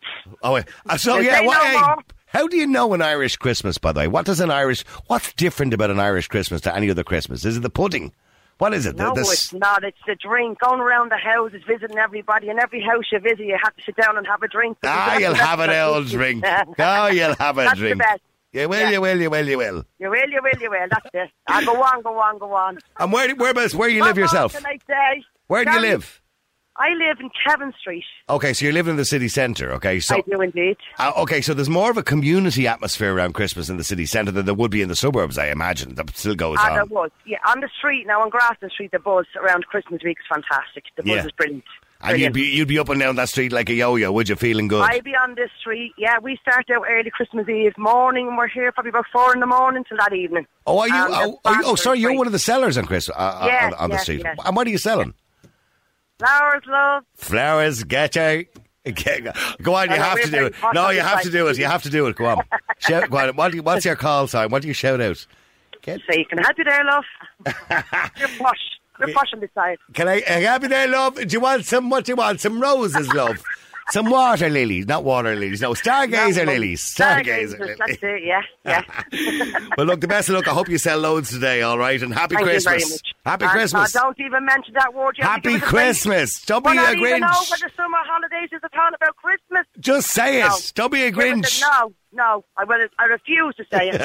Speaker 3: Oh, wait. Uh, so
Speaker 10: They
Speaker 3: yeah,
Speaker 10: say
Speaker 3: what,
Speaker 10: no
Speaker 3: hey,
Speaker 10: more.
Speaker 3: how do you know an Irish Christmas? By the way, what does an Irish? What's different about an Irish Christmas to any other Christmas? Is it the pudding? What is it? The-
Speaker 10: No,
Speaker 3: the s-
Speaker 10: it's not. It's the drink. Going around the houses, visiting everybody, and every house you visit, you have to sit down and have a drink.
Speaker 3: ah,
Speaker 10: That's
Speaker 3: you'll
Speaker 10: [LAUGHS] the best
Speaker 3: have an
Speaker 10: I
Speaker 3: old
Speaker 10: think. [LAUGHS]
Speaker 3: drink. Oh, you'll have a
Speaker 10: That's the
Speaker 3: drink.
Speaker 10: best.
Speaker 3: Yeah, well, you will, you will, you will.
Speaker 10: You will, you will, you will. That's it. Ah, go on, go on, go on.
Speaker 3: And where, whereabouts, where you
Speaker 10: What
Speaker 3: live
Speaker 10: more
Speaker 3: yourself?
Speaker 10: Can I say?
Speaker 3: Where do you
Speaker 10: Sorry,
Speaker 3: live?
Speaker 10: I live in Kevin Street.
Speaker 3: Okay, so you live in the city centre. Okay, so
Speaker 10: I do indeed.
Speaker 3: Uh, okay, so there's more of a community atmosphere around Christmas in the city centre than there would be in the suburbs, I imagine. That still goes
Speaker 10: and there
Speaker 3: on.
Speaker 10: was. Yeah, on the street now, on Grafton Street, the buzz around Christmas week is fantastic. The buzz
Speaker 3: Yeah.
Speaker 10: is brilliant.
Speaker 3: And you'd be you'd be up and down that street like a yo-yo, would you? Feeling good?
Speaker 10: I be on this street. Yeah, we start out early Christmas Eve morning, and we're here probably about four in the morning till that evening.
Speaker 3: oh, are you?
Speaker 10: And Um, the
Speaker 3: Oh, oh, oh,
Speaker 10: bathroom
Speaker 3: sorry, you're
Speaker 10: break.
Speaker 3: one of the sellers on Christmas uh,
Speaker 10: Yes,
Speaker 3: on, on the
Speaker 10: yes,
Speaker 3: street.
Speaker 10: yes.
Speaker 3: And what are you selling?
Speaker 10: Flowers, love.
Speaker 3: Flowers, get out. Get, go on, you
Speaker 10: I know,
Speaker 3: have
Speaker 10: we're
Speaker 3: to do
Speaker 10: very
Speaker 3: it.
Speaker 10: hot
Speaker 3: No,
Speaker 10: on
Speaker 3: you
Speaker 10: this
Speaker 3: have to
Speaker 10: side.
Speaker 3: do it. You have to do it.
Speaker 10: [LAUGHS]
Speaker 3: Go on. Shout, go on. What do you, what's your call sign? What do you shout out?
Speaker 10: So you can have you
Speaker 3: [LAUGHS]
Speaker 10: there, love. You're posh. You're posh on this side.
Speaker 3: Can I, I have you there, love? Do you want some, what do you want? Some roses, love? Some water lilies. Not water lilies. No, stargazer lilies. Stargazer lilies.
Speaker 10: That's it, yeah, yeah.
Speaker 3: Well, look, the best of luck. I hope you sell loads today, all right? And happy
Speaker 10: Thank
Speaker 3: Christmas.
Speaker 10: you very much.
Speaker 3: Happy
Speaker 10: And, uh,
Speaker 3: Christmas.
Speaker 10: don't even mention that word. You have to
Speaker 3: happy
Speaker 10: give it a ring.
Speaker 3: Christmas. Don't be
Speaker 10: We're
Speaker 3: a
Speaker 10: not even
Speaker 3: Grinch.
Speaker 10: over the summer holidays. Is it all about Christmas?
Speaker 3: Just say it.
Speaker 10: No.
Speaker 3: Don't be a
Speaker 10: Give it a-
Speaker 3: Grinch.
Speaker 10: No, no. I, will, I refuse to
Speaker 3: [LAUGHS]
Speaker 10: say it.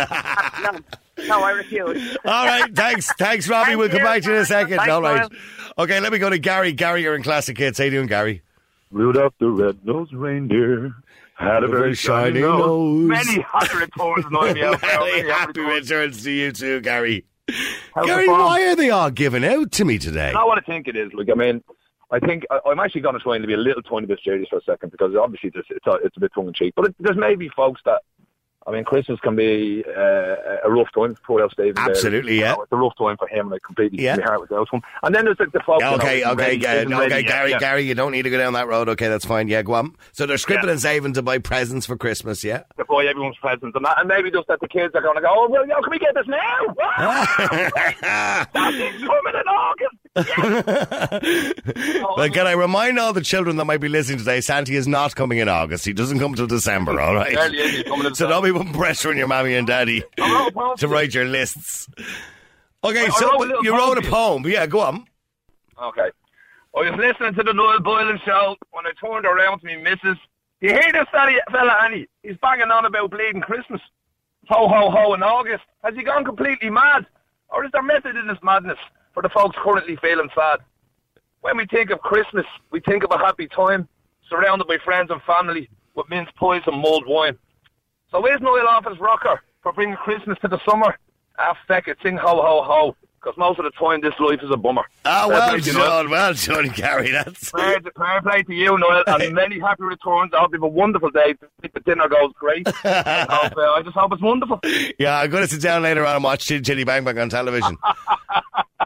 Speaker 10: no, no, I refuse.
Speaker 3: All right, thanks, thanks, Robbie.
Speaker 10: Thank
Speaker 3: we'll come
Speaker 10: you.
Speaker 3: back to you in a second.
Speaker 10: Thanks,
Speaker 3: All right,
Speaker 10: Niall.
Speaker 3: okay. Let me go to Gary. Gary, you're in Classic Hits. How you doing, Gary?
Speaker 11: Rudolph the red-nosed reindeer had a very shiny nose.
Speaker 3: Many
Speaker 11: hot reports
Speaker 3: [LAUGHS] Very happy returns to you too, Gary.
Speaker 11: How's
Speaker 3: Gary,
Speaker 11: the farm?
Speaker 3: why are they all giving out to me today?
Speaker 11: Not what I think it is. Look, I mean, I think I, I'm actually going to try and be a little tiny bit serious for a second because obviously this, it's, a, it's a bit tongue in cheek. But it, there's maybe folks that, I mean, Christmas can be uh, a rough time for poor old Stephen. there.
Speaker 3: Absolutely,
Speaker 11: You
Speaker 3: yeah.
Speaker 11: know, it's a rough time for him, and I completely
Speaker 3: Yeah.
Speaker 11: my heart was out to him. And then there's the, the folks.
Speaker 3: Yeah,
Speaker 11: you know,
Speaker 3: okay,
Speaker 11: isn't
Speaker 3: okay,
Speaker 11: ready,
Speaker 3: Ga-
Speaker 11: isn't
Speaker 3: okay,
Speaker 11: ready yet.
Speaker 3: Gary,
Speaker 11: Yeah.
Speaker 3: Gary, you don't need to go down that road. Okay, that's fine. Yeah, go on. So they're scrimping
Speaker 11: Yeah.
Speaker 3: and saving to buy presents for Christmas, yeah?
Speaker 11: To buy everyone's presents and that, and maybe just that the kids are going to go, oh well, yo, can we get this now?
Speaker 3: [LAUGHS]
Speaker 11: Ah! That's it, coming in August.
Speaker 3: Well, can I remind all the children that might be listening today, Santa is not coming in August. He doesn't come till December, all right?
Speaker 11: Barely is he coming in
Speaker 3: so don't be putting pressure on your mommy and daddy
Speaker 11: I wrote a poem.
Speaker 3: to write your lists. Okay,
Speaker 11: I
Speaker 3: so
Speaker 11: wrote a little
Speaker 3: you wrote a
Speaker 11: poem.
Speaker 3: poem. Yeah, go on.
Speaker 11: Okay. I was listening to the Noel Boylan show when I turned around to me missus.
Speaker 8: You hear this fella, fella Annie? He's banging on about bleeding Christmas. Ho, ho, ho in August. Has he gone completely mad? Or is there method in his madness for the folks currently feeling sad? When we think of Christmas, we think of a happy time, surrounded by friends and family, with mince pies and mulled wine. So is Noel off his rocker for bringing Christmas to the summer? Ah, feck it, sing ho, ho, ho, because most of the time this life is a bummer.
Speaker 3: Ah,
Speaker 8: Fair
Speaker 3: well
Speaker 8: play to you, Noel.
Speaker 3: done, well done, [LAUGHS] Gary. That's
Speaker 8: Fair, fair play to you, Noel,
Speaker 3: [LAUGHS]
Speaker 8: and many happy returns. I hope you have a wonderful day. I think The dinner goes
Speaker 3: [LAUGHS]
Speaker 8: great. I hope, uh, I just hope it's wonderful.
Speaker 3: yeah. I'm going to sit down later on and watch Chitty Chitty Bang Bang
Speaker 11: [LAUGHS]
Speaker 3: on television,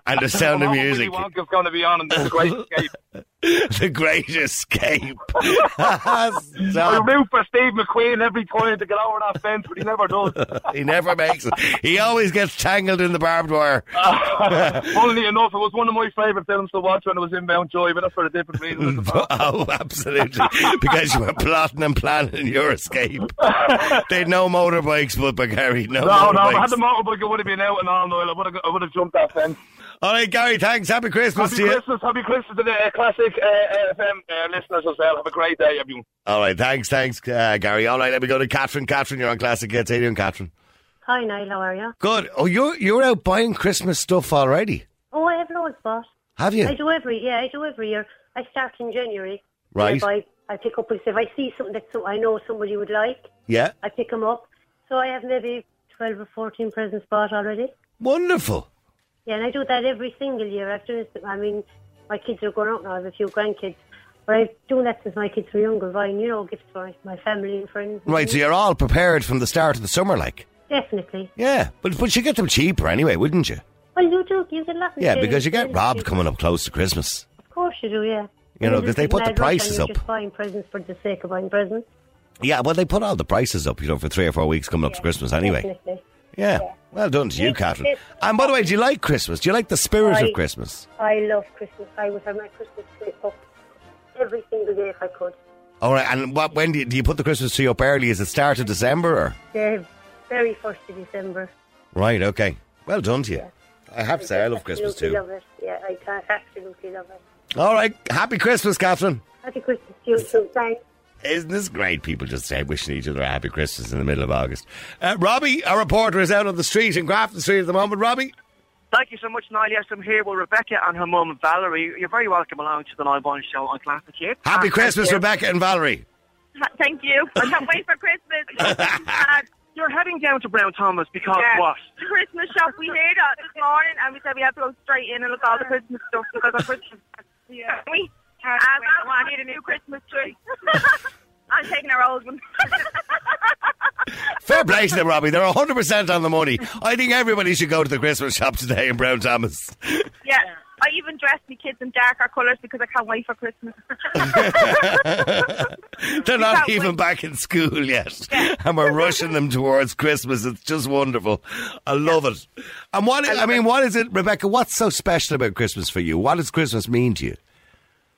Speaker 3: and the sound of music.
Speaker 8: Willy Wonka's going to be on in this great escape.
Speaker 3: [LAUGHS] the Great Escape. [LAUGHS]
Speaker 8: I root for Steve McQueen every time to get over that fence, but he never does.
Speaker 3: [LAUGHS] he never makes it. He always gets tangled in the barbed
Speaker 8: [LAUGHS]
Speaker 3: wire. [LAUGHS]
Speaker 8: Only enough, it was one of my favourite films to watch when I was in Mountjoy, but that's for a different reason.
Speaker 3: oh, absolutely. Because you were plotting and planning your escape. they had no motorbikes, but but Gary, [LAUGHS] no,
Speaker 8: no, no,
Speaker 3: motorbikes.
Speaker 8: if I had the motorbike, I would have been out and all, Noel. I would have, I would have jumped that fence.
Speaker 3: All right, Gary, thanks. Happy Christmas
Speaker 8: Happy
Speaker 3: to you.
Speaker 8: Christmas, happy Christmas to the uh, classic uh, FM uh, listeners as well. Have a great day, everyone.
Speaker 3: All right, thanks, thanks, uh, Gary. All right, let me go to Catherine. Catherine, you're on Classic Hits. How you doing, Catherine?
Speaker 12: Hi, Niall, how are you?
Speaker 3: Good. Oh, you're you're out buying Christmas stuff already.
Speaker 12: Oh, I have loads, boss.
Speaker 3: Have you?
Speaker 12: I do every yeah, I do every year. I start in January.
Speaker 3: Right.
Speaker 12: I, buy, I pick up. If I see something that so I know somebody would like,
Speaker 3: Yeah.
Speaker 12: I pick them up. So I have maybe twelve or fourteen presents bought already.
Speaker 3: Wonderful.
Speaker 12: Yeah, and I do that every single year. After this, I mean, my kids are grown up now. I have a few grandkids, but I've done that since my kids were younger, buying you know gifts for my family and friends.
Speaker 3: Right, so you're all prepared from the start of the summer, like.
Speaker 12: Definitely.
Speaker 3: Yeah, but but you get them cheaper anyway, wouldn't you?
Speaker 12: Well, you do. You get lots. of
Speaker 3: Yeah,
Speaker 12: things.
Speaker 3: because you get robbed coming up close to Christmas.
Speaker 12: Of course you do. Yeah.
Speaker 3: You know, 'cause they put the prices
Speaker 12: you
Speaker 3: up.
Speaker 12: Just buying presents for the sake of buying presents.
Speaker 3: Yeah, well, they put all the prices up, you know, for three or four weeks coming up to Christmas anyway.
Speaker 12: Definitely.
Speaker 3: Yeah. Well done to you, Catherine.
Speaker 12: it's-
Speaker 3: And by the way, do you like Christmas? Do you like the spirit
Speaker 12: I-
Speaker 3: of Christmas?
Speaker 12: I love Christmas. I would have my Christmas tree up every single day if I could.
Speaker 3: All right, and what, when do you, do you put the Christmas tree up early? Is it start of December or?
Speaker 12: The very first of December.
Speaker 3: Right, okay. Well done to you. I have to say, I love Christmas
Speaker 12: Absolutely
Speaker 3: too.
Speaker 12: Love it. Yeah, I can absolutely love it.
Speaker 3: All right, happy Christmas, Catherine.
Speaker 12: Happy Christmas to you too. Thanks.
Speaker 3: Isn't this great? People just say wishing each other a happy Christmas in the middle of August. Uh, Robbie, our reporter, is out on the street in Grafton Street at the moment. Robbie?
Speaker 5: Thank you so much, Niall. Yes, I'm here with Rebecca and her mum, Valerie. You're very welcome along to the Niall Bond Show on Classic Hits.
Speaker 3: Happy
Speaker 5: Uh,
Speaker 3: Christmas,
Speaker 5: thank you.
Speaker 3: Rebecca and Valerie.
Speaker 5: Ha- Thank you. I can't wait
Speaker 3: [LAUGHS]
Speaker 2: [LAUGHS]
Speaker 5: for Christmas. Uh,
Speaker 2: You're
Speaker 5: heading down to Brown Thomas because
Speaker 2: Yeah.
Speaker 5: what?
Speaker 2: The Christmas shop, we heard it this morning and we said we have to go straight in and look at all the Christmas stuff because our Christmas yeah. we? And I need a new Christmas tree. [LAUGHS] I'm taking our old one.
Speaker 3: Fair play to them, Robbie. They're 100% on the money. I think everybody should go to the Christmas shop today in Brown Thomas.
Speaker 2: Yeah. I even dressed my kids in darker colours because I can't wait for Christmas.
Speaker 3: They're not even back in school yet. And we're rushing them towards Christmas. It's just wonderful. I love it. And what, I mean, what is it, Rebecca? What's so special about Christmas for you? What does Christmas mean to you?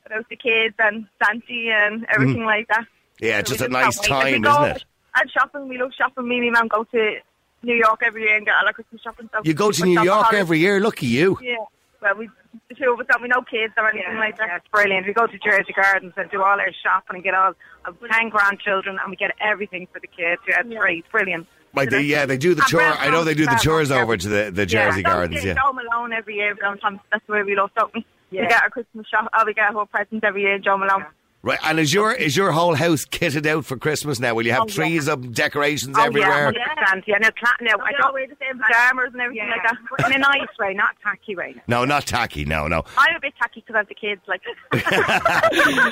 Speaker 2: About the kids and Santi and everything
Speaker 3: Mhm.
Speaker 2: like that.
Speaker 3: Yeah, it's
Speaker 2: So we
Speaker 3: just a
Speaker 2: can't
Speaker 3: nice
Speaker 2: wait. And we
Speaker 3: time,
Speaker 2: go
Speaker 3: isn't it?
Speaker 2: And shopping, we love shopping. Me and my mum go to New York every year and get all our Christmas shopping. So
Speaker 3: You go to
Speaker 2: we're
Speaker 3: New York
Speaker 2: shopaholics.
Speaker 3: every year. Lucky you.
Speaker 2: Yeah. Well, we the two of us don't we no kids or anything like that.
Speaker 13: That's brilliant. We go to Jersey Gardens and do all our shopping and get all uh, ten grandchildren and we get everything for the kids. Yeah, it's great. It's brilliant.
Speaker 3: Like they, yeah, they do the
Speaker 13: And
Speaker 3: tour.
Speaker 13: Brown
Speaker 3: I know they do the
Speaker 13: Thomas,
Speaker 3: tours over to the, the Jersey
Speaker 2: yeah.
Speaker 3: Gardens. Yeah.
Speaker 2: Joe Malone every year. Sometimes that's where we love, don't we?
Speaker 13: Yeah.
Speaker 2: We get our Christmas shop. Oh, we get our whole presents every year. Joe Malone.
Speaker 3: Right, and is your is your whole house kitted out for Christmas now? Will you have trees up, and decorations
Speaker 13: Oh,
Speaker 3: everywhere?
Speaker 13: Yeah, 100%. Yeah, no, cla- no, I don't wear the same pajamas and everything
Speaker 2: like that.
Speaker 13: In a nice way, not tacky way.
Speaker 3: No, not tacky. No, no.
Speaker 2: I'm a bit tacky because I have the kids. Like,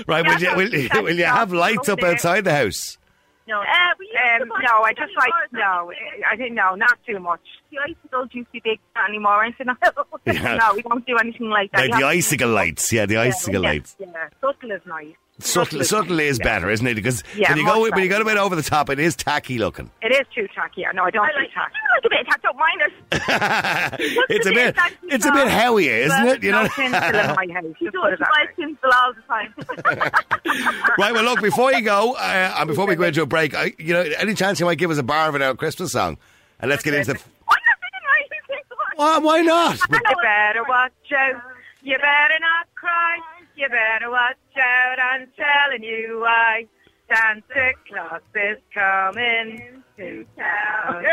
Speaker 3: Right, will you will,
Speaker 13: [LAUGHS]
Speaker 3: you- will you have lights up
Speaker 13: there.
Speaker 3: outside the house?
Speaker 2: [LAUGHS] no, Uh,
Speaker 13: um, no, I just like no, eh, I didn't know, not too much.
Speaker 2: the icicles used to be big anymore, aren't
Speaker 13: [LAUGHS]
Speaker 2: they? No,
Speaker 3: Yeah.
Speaker 2: no, we don't do anything like that.
Speaker 3: Like
Speaker 2: You
Speaker 3: the
Speaker 2: have-
Speaker 3: icicle lights. Yeah, the icicle
Speaker 2: yeah,
Speaker 3: lights.
Speaker 2: Yeah, subtle is nice.
Speaker 3: Subtle, subtle is better, isn't it? Because
Speaker 13: Yeah,
Speaker 3: when you go
Speaker 13: much
Speaker 3: when you go a bit over the top, it is tacky looking. [LAUGHS]
Speaker 13: It is too tacky. I know I don't
Speaker 2: I
Speaker 13: do
Speaker 2: like-
Speaker 13: tacky.
Speaker 2: I like a bit of tacky. Don't mind us.
Speaker 3: it's a
Speaker 2: the
Speaker 3: bit,
Speaker 2: tacky
Speaker 3: it's a bit
Speaker 2: part.
Speaker 3: howie, isn't
Speaker 2: Well,
Speaker 3: it? [LAUGHS] You know.
Speaker 2: no tinsel in [LAUGHS] my
Speaker 13: house.
Speaker 2: She
Speaker 13: Just put
Speaker 2: does
Speaker 13: it that
Speaker 2: buy tinsel all the time.
Speaker 3: [LAUGHS] right. Well, look. Before you go, uh, and before
Speaker 13: [LAUGHS]
Speaker 3: we go into a break, I, you know, any chance you might give us a bar of an old Christmas song, and let's get into. The, why, why not?
Speaker 13: You better watch out. You better not cry. You better watch out. I'm telling you why. Santa Claus is coming to town.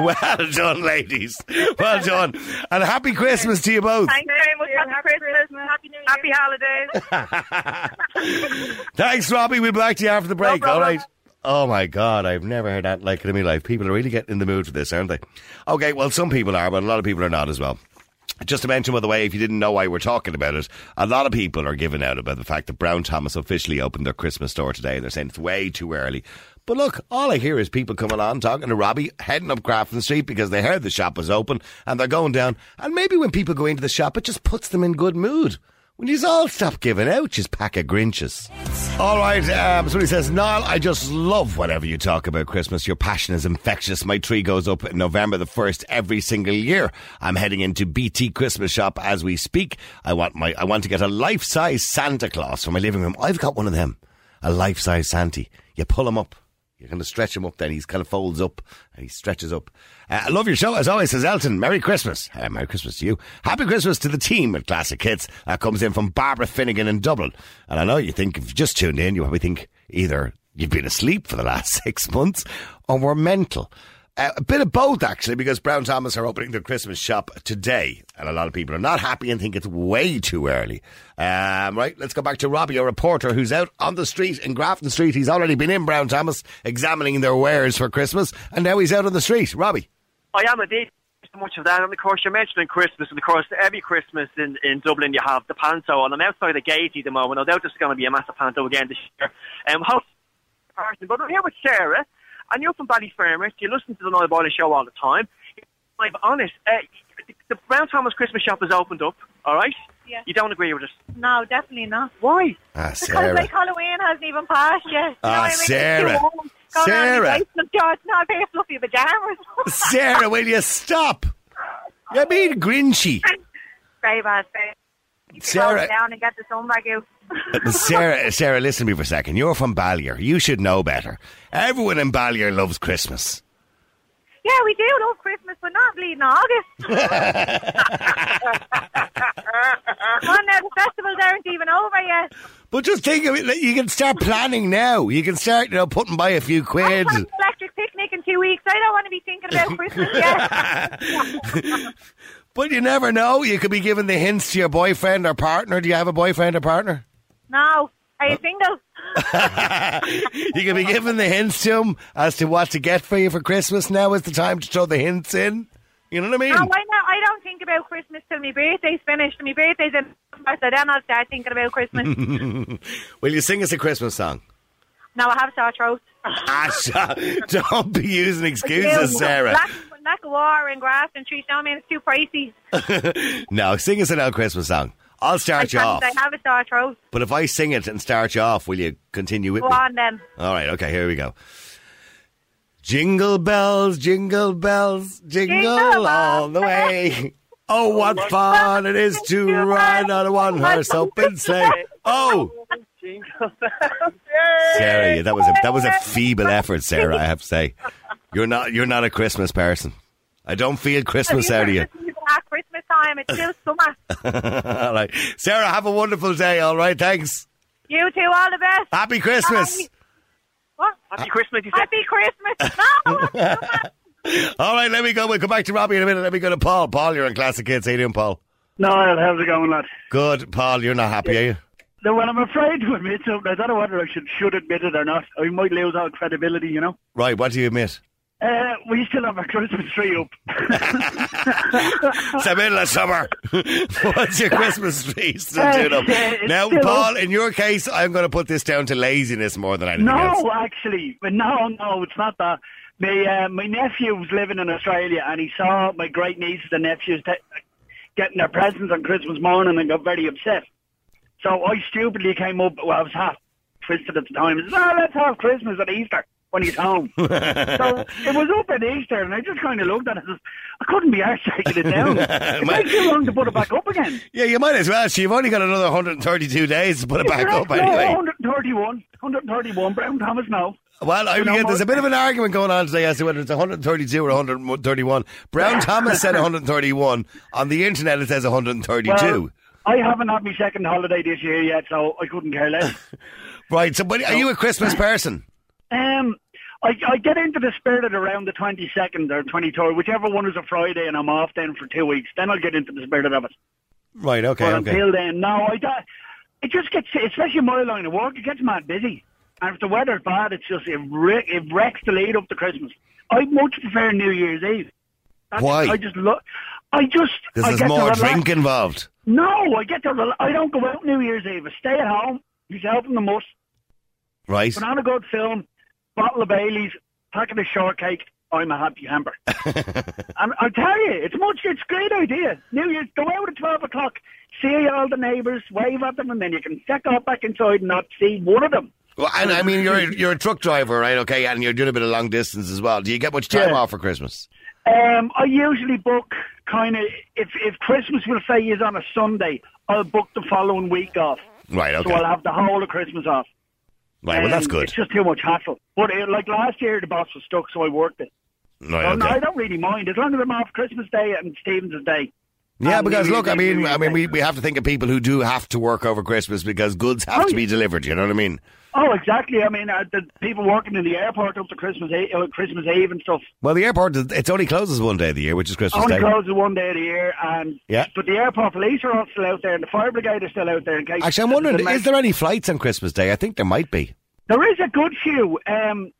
Speaker 3: [LAUGHS] well done, ladies. Well done. And happy Christmas to you both.
Speaker 13: Thanks very much. Happy, Christmas. Happy New Year. Happy holidays.
Speaker 3: Thanks, Robbie. We'll be back to you after the break.
Speaker 13: problem.
Speaker 3: All right. Oh my God, I've never heard that like it in my life. People are really getting in the mood for this, aren't they? Okay, well, some people are, but a lot of people are not as well. Just to mention, by the way, if you didn't know why we're talking about it, a lot of people are giving out about the fact that Brown Thomas officially opened their Christmas store today and they're saying it's way too early. But look, all I hear is people coming on talking to Robbie, heading up Grafton Street because they heard the shop was open and they're going down. And maybe when people go into the shop, it just puts them in good mood. When you all stop giving out, just pack of Grinches. All right, um, somebody says, Niall, I just love whenever you talk about Christmas. Your passion is infectious. My tree goes up November the 1st every single year. I'm heading into BT Christmas shop as we speak. I want my, I want to get a life-size Santa Claus for my living room. I've got one of them. A life-size Santy. You pull him up. You're going to stretch him up then. He's kind of folds up and he stretches up. Uh, I love your show as always, says Elton. Merry Christmas. Uh, Merry Christmas to you. Happy Christmas to the team at Classic Hits. That comes in from Barbara Finnegan in Dublin. And I know you think, if you just tuned in, you probably think either you've been asleep for the last [LAUGHS] six months or we're mental. Uh, a bit of both, actually, because Brown Thomas are opening their Christmas shop today, and a lot of people are not happy and think it's way too early. Um, right, let's go back to Robbie, a reporter who's out on the street in Grafton Street. He's already been in Brown Thomas examining their wares for Christmas, and now he's out on the street. Robbie.
Speaker 5: I am indeed. So much of that, and of course you're mentioning Christmas, and of course every Christmas in, in Dublin you have the panto, and I'm outside the gate at the moment. I doubt there's going to be a massive panto again this year. Um, hope- but I'm here with Sarah, and you're from Ballyfermot. You listen to the Noel Boiler Show all the time. I'm honest. Uh, the Brown Thomas Christmas shop has opened up. All right.
Speaker 2: [LAUGHS] Yeah.
Speaker 5: You don't agree with us?
Speaker 2: No, definitely not.
Speaker 5: Why?
Speaker 3: Ah,
Speaker 2: Because like Halloween hasn't even passed yet. You
Speaker 3: Ah,
Speaker 2: know what I mean? It's too
Speaker 3: Sarah.
Speaker 2: warm. Going around in the
Speaker 3: Sarah.
Speaker 2: basement, George, not very fluffy pajamas.
Speaker 3: [LAUGHS]
Speaker 2: [LAUGHS]
Speaker 3: Sarah, will you stop? You mean Grinchy.
Speaker 2: Very bad. Sarah. You can
Speaker 3: Sarah.
Speaker 2: roll it down and get the sunbag out.
Speaker 3: Uh, Sarah, Sarah, listen to me for a second. You're from Ballier. You should know better. Everyone in Ballier loves Christmas.
Speaker 2: Yeah, we do love Christmas, but not
Speaker 3: [LAUGHS]
Speaker 2: bleeding August. Come now, the festivals aren't even over yet.
Speaker 3: But just think of it, like, you can start planning now. You can start, you know, putting by a few quid.
Speaker 2: An electric picnic in two weeks. I don't want to be thinking
Speaker 3: [LAUGHS]
Speaker 2: about Christmas yet.
Speaker 3: but you never know. You could be giving the hints to your boyfriend or partner. Do you have a boyfriend or partner?
Speaker 2: no. Are you single?
Speaker 3: you could be giving the hints to him as to what to get for you for Christmas. Now is the time to throw the hints in. You know what I mean?
Speaker 2: No, I, know, I don't think about Christmas till my birthday's finished. My birthday's in November, so then I'll start thinking about Christmas.
Speaker 3: [LAUGHS] Will you sing us a Christmas song? [LAUGHS]
Speaker 2: now I have sore throat.
Speaker 3: Asha, don't be using excuses,
Speaker 2: Ew.
Speaker 3: Sarah.
Speaker 2: Lack, lack of water and grass and trees. No, I mean, it's too pricey.
Speaker 3: [LAUGHS] no, sing us an old Christmas song. I'll
Speaker 2: I,
Speaker 3: start you
Speaker 2: can't-
Speaker 3: off.
Speaker 2: I have a sore throat.
Speaker 3: But if I sing it and start you off, will you continue with
Speaker 2: Go
Speaker 3: me?
Speaker 2: on then.
Speaker 3: All right, okay, here we go. Jingle bells, jingle bells, jingle,
Speaker 2: Jingle
Speaker 3: all the way. Oh, what fun it is to ride on a one horse open sleigh. Oh, [LAUGHS] Sarah, that was a that was a feeble effort, Sarah. I have to say, you're not you're not a Christmas person. I don't feel Christmas out of you.
Speaker 2: At Christmas time, it's still summer.
Speaker 3: [LAUGHS] all right, Sarah, have a wonderful day. All right, thanks.
Speaker 2: You two, all the best.
Speaker 3: Happy Christmas.
Speaker 2: Bye. What?
Speaker 5: Happy Christmas.
Speaker 2: Happy Christmas. No,
Speaker 3: All right, let me go. We'll come back to Robbie in a minute. Let me go to Paul. Paul, you're on Classic Kids. How you doing, Paul?
Speaker 14: Niall, how's it going, lad?
Speaker 3: Good, Paul. You're not happy, are you?
Speaker 14: No, well, I'm afraid to admit something. I don't know whether I should, should admit it or not. I might lose all credibility, you know.
Speaker 3: Right, what do you admit?
Speaker 14: Uh, we still have a Christmas tree
Speaker 3: [LAUGHS]
Speaker 14: up.
Speaker 3: It's the middle of summer. [LAUGHS] What's your Christmas tree still doing up?
Speaker 14: It's
Speaker 3: Now,
Speaker 14: still
Speaker 3: Paul,
Speaker 14: up.
Speaker 3: in your case, I'm going to put this down to laziness more than anything
Speaker 14: no,
Speaker 3: else.
Speaker 14: actually, but no, no, it's not that. My uh, my nephew was living in Australia, and he saw my great nieces and nephews ta getting their presents on Christmas morning, and got very upset. So I stupidly came up. Well, I was half twisted at the time. and said, "Oh, let's have Christmas at Easter when he's
Speaker 3: [LAUGHS]
Speaker 14: home." so it was up at Easter, and I just kind of looked at it. And said, I couldn't be arsed taking it
Speaker 3: [LAUGHS]
Speaker 14: down. it
Speaker 3: My-
Speaker 14: takes too long to put it back up again.
Speaker 3: Yeah, you might as well. So you've only got another 132 days to put it back up
Speaker 14: No,
Speaker 3: anyway.
Speaker 14: 131, 131. Brown Thomas, no.
Speaker 3: Well, I
Speaker 14: You know,
Speaker 3: mean, there's
Speaker 14: most-
Speaker 3: a bit of an argument going on today as to whether it's 132 or 131. Brown
Speaker 14: [LAUGHS]
Speaker 3: Thomas said 131. On the internet, it says 132. [LAUGHS]
Speaker 14: Well, I haven't had my second holiday this year yet, so I couldn't care less.
Speaker 3: Right. So, but are you a Christmas person?
Speaker 14: Um, I, I get into the spirit at around the 22nd or 23rd, whichever one is a Friday, and I'm off then for two weeks. Then I'll get into the spirit of it.
Speaker 3: Right. Okay.
Speaker 14: but
Speaker 3: okay.
Speaker 14: until then, no, I don't. It just gets, especially my line of work, it gets mad busy. And if the weather's bad, it's just, it, wre- it wrecks the lead up to Christmas. I much prefer New Year's Eve.
Speaker 3: Why?
Speaker 14: I just look. I just.
Speaker 3: Because
Speaker 14: I
Speaker 3: there's
Speaker 14: get to
Speaker 3: more
Speaker 14: relax.
Speaker 3: drink involved.
Speaker 14: No, I get to. Rel- I don't go out New Year's Eve. I stay at home. Who's helping the most?
Speaker 3: Right.
Speaker 14: But on a good film, bottle of Bailey's, packet of shortcake, I'm a happy hamper. and I'll tell you, it's much, it's a great idea. New Year's, go out at 12 o'clock, see all the neighbours, wave at them, and then you can check off back inside and not see one of them.
Speaker 3: [LAUGHS] Well, and I mean, you're you're a truck driver, right? Okay, and you're doing a bit of long distance as well. Do you get much time
Speaker 14: Yeah.
Speaker 3: off for Christmas?
Speaker 14: Um, I usually book kind of, if, if Christmas will say is on a Sunday, I'll book the following week off.
Speaker 3: Right. Okay.
Speaker 14: So I'll have the whole of Christmas off.
Speaker 3: right. Well, that's
Speaker 14: Um,
Speaker 3: good.
Speaker 14: It's just too much hassle. But uh like last year, the boss was stuck, so I worked it.
Speaker 3: Right.
Speaker 14: So,
Speaker 3: okay.
Speaker 14: no, I don't really mind as long as I'm off Christmas Day and Stevens' Day.
Speaker 3: Yeah,
Speaker 14: And
Speaker 3: because
Speaker 14: New
Speaker 3: look, I
Speaker 14: Year's Day,
Speaker 3: mean,
Speaker 14: New
Speaker 3: I
Speaker 14: Year's
Speaker 3: mean,
Speaker 14: Day.
Speaker 3: we, we have to think of people who do have to work over Christmas because goods have to be delivered. You know what I mean?
Speaker 14: Oh, exactly. I mean, uh, the people working in the airport up to Christmas Eve, uh, Christmas Eve and stuff.
Speaker 3: Well, the airport is- it's only closes one day of the year, which is Christmas
Speaker 14: Only
Speaker 3: Day.
Speaker 14: closes one day of the year, and
Speaker 3: Yeah.
Speaker 14: But the airport police are all still out there, and the fire brigade are still out there. In case
Speaker 3: Actually, I'm wondering, is there any flights on Christmas Day? I think there might be.
Speaker 14: There is a good few. Um,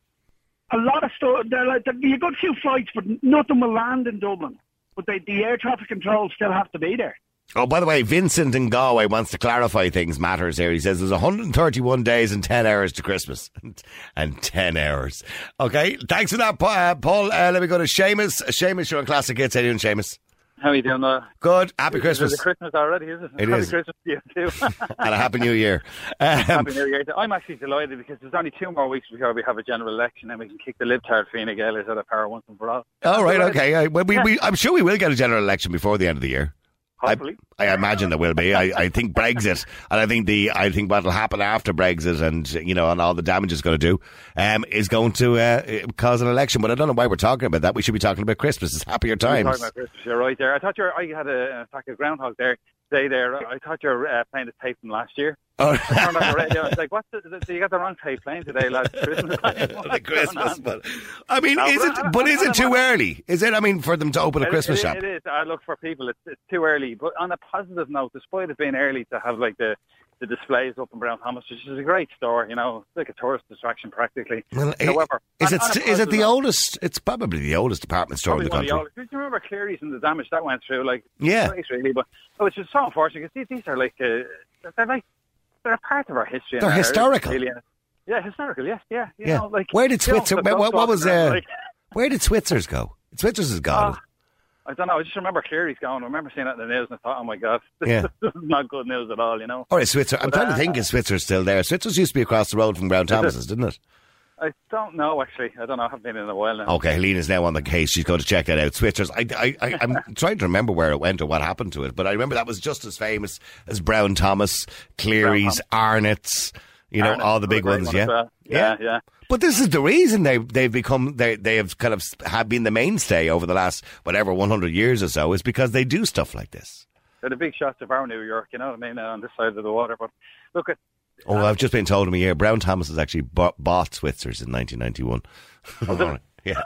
Speaker 14: a lot of stuff. There like, there'll be a good few flights, but nothing will land in Dublin. But they, the air traffic control still have to be there.
Speaker 3: Oh, by the way, Vincent in Galway wants to clarify things matters here. He says there's 131 days and 10 hours to Christmas. [LAUGHS] and 10 hours. Okay, thanks for that, Pa- uh, Paul. Uh, let me go to Seamus. Seamus, you're on Classic Hits. How you doing, Seamus?
Speaker 15: How are you doing, uh,
Speaker 3: Good. Happy
Speaker 15: It's
Speaker 3: Christmas.
Speaker 15: Christmas already, is it?
Speaker 3: It
Speaker 15: Happy
Speaker 3: is.
Speaker 15: Christmas to you too.
Speaker 3: [LAUGHS]
Speaker 15: [LAUGHS]
Speaker 3: and a Happy New Year. Um,
Speaker 15: Happy New Year. I'm actually delighted because there's only two more weeks before we have a general election and we can kick the libtard Fine Gaelers out of power once and for all.
Speaker 3: all right,
Speaker 15: Delighted.
Speaker 3: okay. Uh, well, we, we, I'm sure we will get a general election before the end of the year.
Speaker 15: Hopefully.
Speaker 3: I imagine there will be. I, I think Brexit, and I think the I think what'll happen after Brexit, and you know, and all the damage it's going to do, um, is going to uh, cause an election. But I don't know why we're talking about that. We should be talking about Christmas. It's happier
Speaker 15: You're
Speaker 3: times.
Speaker 15: talking
Speaker 3: [LAUGHS]
Speaker 15: about Christmas. You're right there. I thought you were, I had a, an attack of groundhog there today. There, I thought you were uh, playing the tape from last year.
Speaker 3: Oh.
Speaker 15: I turned on the radio. I was like, "What's the, the, you got the wrong tape playing today,
Speaker 3: [LAUGHS]
Speaker 15: lads? Christmas, [LAUGHS] the
Speaker 3: Christmas one. I mean, is it?
Speaker 15: I-
Speaker 3: But
Speaker 15: I-
Speaker 3: is it too early? Is it? I mean, for them to open a
Speaker 15: It-
Speaker 3: Christmas
Speaker 15: it,
Speaker 3: shop.
Speaker 15: It is. I look for people. It's, it's too early. But on a positive note, despite it being early to have like the, the displays up in Brown Thomas, which is a great store, you know, it's like a tourist attraction practically.
Speaker 3: Well, i-
Speaker 15: However, on-
Speaker 3: is it?
Speaker 15: on a
Speaker 3: st- Is it the
Speaker 15: positive-
Speaker 3: oldest? It's probably the oldest department store in
Speaker 15: Probably
Speaker 3: the
Speaker 15: one of the
Speaker 3: country.
Speaker 15: oldest. Did you remember Cleary's and the damage that went through? Like,
Speaker 3: Yeah.
Speaker 15: place, really, but oh, it's just so unfortunate because these, these are like uh, they're like they're a part of our history. and
Speaker 3: They're
Speaker 15: our heritage,
Speaker 3: historical.
Speaker 15: really. Yeah, historical. Yes, yeah, you
Speaker 3: yeah.
Speaker 15: Know, like
Speaker 3: where did
Speaker 15: you don't
Speaker 3: Switzer?
Speaker 15: have those
Speaker 3: What, what, what was?
Speaker 15: walking around,
Speaker 3: Uh,
Speaker 15: like- [LAUGHS] Uh,
Speaker 3: where did Switzer's go? Switzer's is gone.
Speaker 15: I don't know. I just remember Cleary's going. I remember seeing it in the news and I thought, oh my god, [LAUGHS] this
Speaker 3: Yeah.
Speaker 15: is not good news at all. You know.
Speaker 3: All right, Switzer. I'm
Speaker 15: But,
Speaker 3: trying to
Speaker 15: uh,
Speaker 3: think if Switzer's still there. Switzer's used to be across the road from Brown Thomas's, didn't it?
Speaker 15: I don't know actually. I don't know. I haven't been in a while now.
Speaker 3: Okay, Helena's now on the case. She's going to check that out. Switzer's. I, I, I, I'm
Speaker 15: [LAUGHS]
Speaker 3: trying to remember where it went or what happened to it, but I remember that was just as famous as Brown Thomas, Cleary's, Arnott's, you know,
Speaker 15: Arnott's
Speaker 3: all the
Speaker 15: was a
Speaker 3: big
Speaker 15: great
Speaker 3: ones,
Speaker 15: one
Speaker 3: yeah?
Speaker 15: as well. Yeah, yeah.
Speaker 3: But this is the reason they, they've become, they, they have kind of have been the mainstay over the last, whatever, 100 years or so, is because they do stuff like this.
Speaker 15: They're the big shots of our New York. You know what I mean? On this side of the water. But look at.
Speaker 3: Oh, I've just been told in a year, Brown Thomas has actually bought, bought Switzer's in 1991. All right, [LAUGHS] yeah.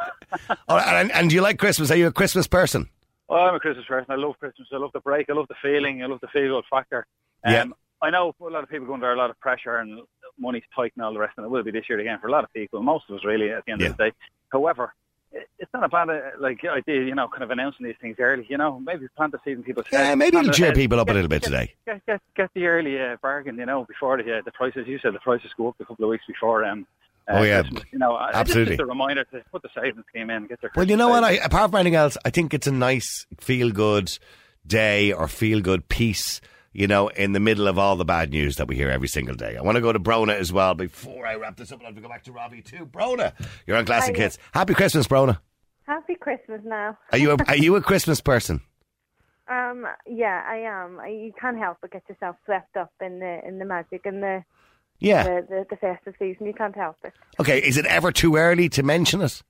Speaker 3: All right, and, and do you like Christmas? Are you a Christmas person?
Speaker 15: [LAUGHS] Oh, I'm a Christmas person. I love Christmas. I love the break. I love the feeling. I love the feel-good factor.
Speaker 3: Yeah.
Speaker 15: I know a lot of people go under a lot of pressure and money's tight and all the rest, and it will be this year again for a lot of people. Most of us, really, at the end of the day. However, it- it's not a bad uh, like idea, you know, kind of announcing these things early. You know, maybe plant the seed in people's heads.
Speaker 3: Yeah, Uh, maybe
Speaker 15: Plant
Speaker 3: it'll
Speaker 15: it
Speaker 3: cheer
Speaker 15: ahead.
Speaker 3: people up a
Speaker 15: Get-
Speaker 3: little bit
Speaker 15: get-
Speaker 3: today.
Speaker 15: Get, get, get the early uh, bargain, you know, before the, uh, the prices. You said the prices go up a couple of weeks before. Um, uh,
Speaker 3: Oh, yeah.
Speaker 15: Christmas, you know, uh,
Speaker 3: Absolutely.
Speaker 15: Just, just a reminder to put the savings scheme in. Get their
Speaker 3: Well, you know
Speaker 15: Christmas
Speaker 3: what? I,
Speaker 15: savings.
Speaker 3: apart from anything else, I think it's a nice feel good day or feel good piece, you know, in the middle of all the bad news that we hear every single day. I want to go to Brona as well. Before I wrap this up, I'll have to go back to Robbie too. Brona, you're on Classic
Speaker 16: Hiya.
Speaker 3: Hits. Happy Christmas, Brona.
Speaker 16: Happy Christmas now.
Speaker 3: Are you a, are you a Christmas person?
Speaker 16: [LAUGHS] Um, yeah, I am. I, you can't help but get yourself swept up in the in the magic and the
Speaker 3: Yeah.
Speaker 16: the, the, the festive season. You can't help it.
Speaker 3: Okay, is it ever too early to mention it?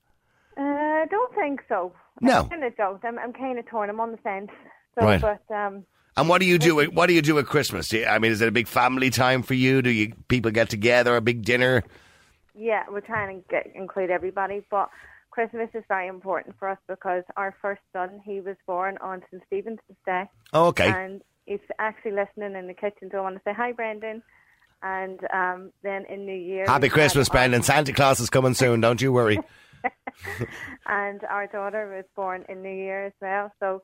Speaker 16: Uh, I don't think so.
Speaker 3: No.
Speaker 16: I kind of don't. I'm, I'm kind of torn. I'm on the fence. So,
Speaker 3: Right.
Speaker 16: But um,
Speaker 3: And what do you do? What do you do at Christmas? Do you, I mean, is it a big family time for you? Do you people get together? A big dinner?
Speaker 16: Yeah, we're trying to get, include everybody, but Christmas is very important for us because our first son, he was born on St. Stephen's Day.
Speaker 3: Oh, okay.
Speaker 16: And he's actually listening in the kitchen, so I want to say hi, Brendan. And um, then in New Year,
Speaker 3: Happy
Speaker 16: we've had
Speaker 3: Christmas,
Speaker 16: our-
Speaker 3: Brandon. Santa Claus is coming soon. Don't you worry.
Speaker 16: and our daughter was born in New Year as well. So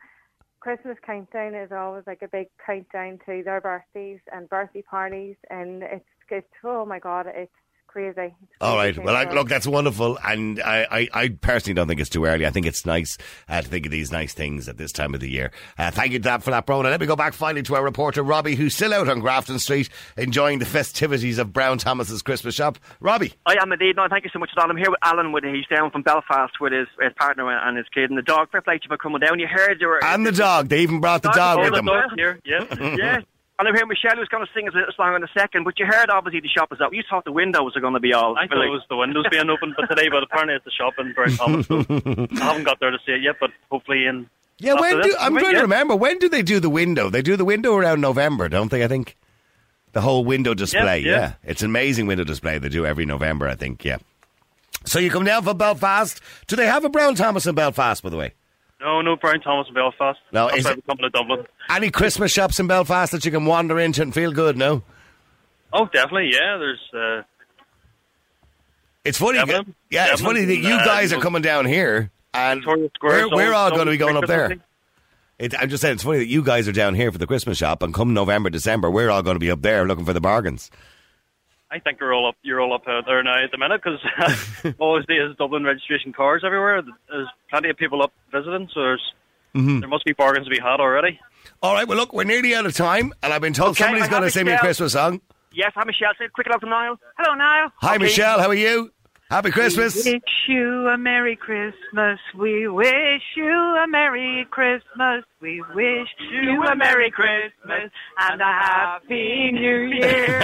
Speaker 16: Christmas countdown is always like a big countdown to their birthdays and birthday parties, and it's it's oh my god, it's crazy. It's
Speaker 3: All right.
Speaker 16: crazy
Speaker 3: Well, I,
Speaker 16: thing.
Speaker 3: look, that's wonderful, and I, I, I personally don't think it's too early. I think it's nice uh, to think of these nice things at this time of the year. Uh, thank you, Dad, for that, Brona. Let me go back finally to our reporter Robbie, who's still out on Grafton Street enjoying the festivities of Brown Thomas's Christmas shop. Robbie,
Speaker 5: I am indeed. No, thank you so much, Don. I'm here with Alan. With he's down from Belfast with his, his partner and his kid and the dog. Fair play to you for coming down. You heard you were
Speaker 3: and the dog. They even brought Ah, the dog with them.
Speaker 5: dog's here.
Speaker 3: [LAUGHS]
Speaker 5: Yeah, yeah. And I'm here. Michelle was going to sing us a little song in a second, but you heard obviously the shop is up. You thought the windows were going to be all.
Speaker 9: I thought it was the [LAUGHS] windows being open, but today, but apparently it's the shop in Brown
Speaker 3: [LAUGHS]
Speaker 9: Thomas. [LAUGHS] I haven't got there to see it yet, but hopefully in.
Speaker 3: Yeah,
Speaker 9: after
Speaker 3: when
Speaker 9: this,
Speaker 3: do I'm
Speaker 9: we
Speaker 3: trying to
Speaker 9: get-
Speaker 3: remember when do they do the window? They do the window around November, don't they? I think the whole window display.
Speaker 9: yeah.
Speaker 3: yeah. it's an amazing window display they do every November. I think. Yeah. So you come down from Belfast. Do they have a Brown Thomas in Belfast, by the way?
Speaker 9: No, no, Brown Thomas in Belfast.
Speaker 3: No,
Speaker 9: That's
Speaker 3: is
Speaker 9: why
Speaker 3: it-
Speaker 9: we're coming to Dublin.
Speaker 3: Any Christmas shops in Belfast that you can wander into and feel good? No.
Speaker 9: Oh, definitely, yeah. There's. Uh,
Speaker 3: It's funny.
Speaker 9: Devlin?
Speaker 3: yeah, it's
Speaker 9: Devlin,
Speaker 3: funny that you
Speaker 9: uh,
Speaker 3: guys are
Speaker 9: was-
Speaker 3: coming down here, and we're,
Speaker 9: Square's
Speaker 3: we're all
Speaker 9: always
Speaker 3: going to be going up
Speaker 9: Christmas, I
Speaker 3: there.
Speaker 9: think.
Speaker 3: It, I'm just saying, it's funny that you guys are down here for the Christmas shop, and come November, December, we're all going to be up there looking for the bargains.
Speaker 9: I think you're all up. You're all up out there now at the minute [LAUGHS] because always there's Dublin registration cars everywhere. There's plenty of people up visiting, so there's
Speaker 3: Mhm.
Speaker 9: there must be bargains to be had already.
Speaker 3: All right, well, look, we're nearly out of time, and I've been told
Speaker 9: Okay,
Speaker 3: somebody's
Speaker 9: I
Speaker 3: going to
Speaker 9: have
Speaker 3: sing me a
Speaker 9: Michelle.
Speaker 3: Christmas song.
Speaker 5: Yes, hi Michelle. Say quick love to Niall.
Speaker 13: Hello, Niall.
Speaker 3: Hi,
Speaker 13: Okay.
Speaker 3: Michelle, how are you? Happy Christmas.
Speaker 13: We wish you a Merry Christmas. We wish you a Merry Christmas. We wish you a Merry Christmas and a Happy New Year.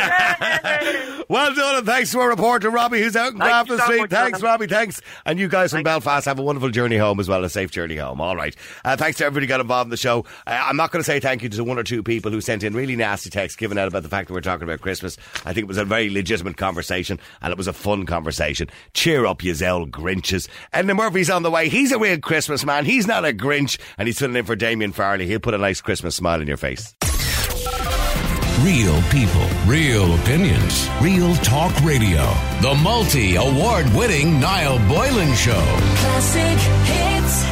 Speaker 3: Well done, and thanks to our reporter, Robbie, who's out in
Speaker 13: Thank you
Speaker 3: Grafton
Speaker 13: so
Speaker 3: Street.
Speaker 13: much,
Speaker 3: Thanks,
Speaker 13: Jonathan.
Speaker 3: Robbie, thanks. And you guys from Belfast, have a wonderful journey home as well, a safe journey home. All right. Uh, thanks to everybody who got involved in the show. Uh, I'm not going to say thank you to the one or two people who sent in really nasty texts giving out about the fact that we're talking about Christmas. I think it was a very legitimate conversation, and it was a fun conversation. Cheer up, you Zell Grinches. Edna Murphy's on the way. He's a real Christmas man. He's not a Grinch, and he's filling in for Damien Farley. He'll put a nice Christmas smile on your face.
Speaker 1: Real people, real opinions, real talk radio. The multi award winning Niall Boylan Show.
Speaker 17: Classic hits.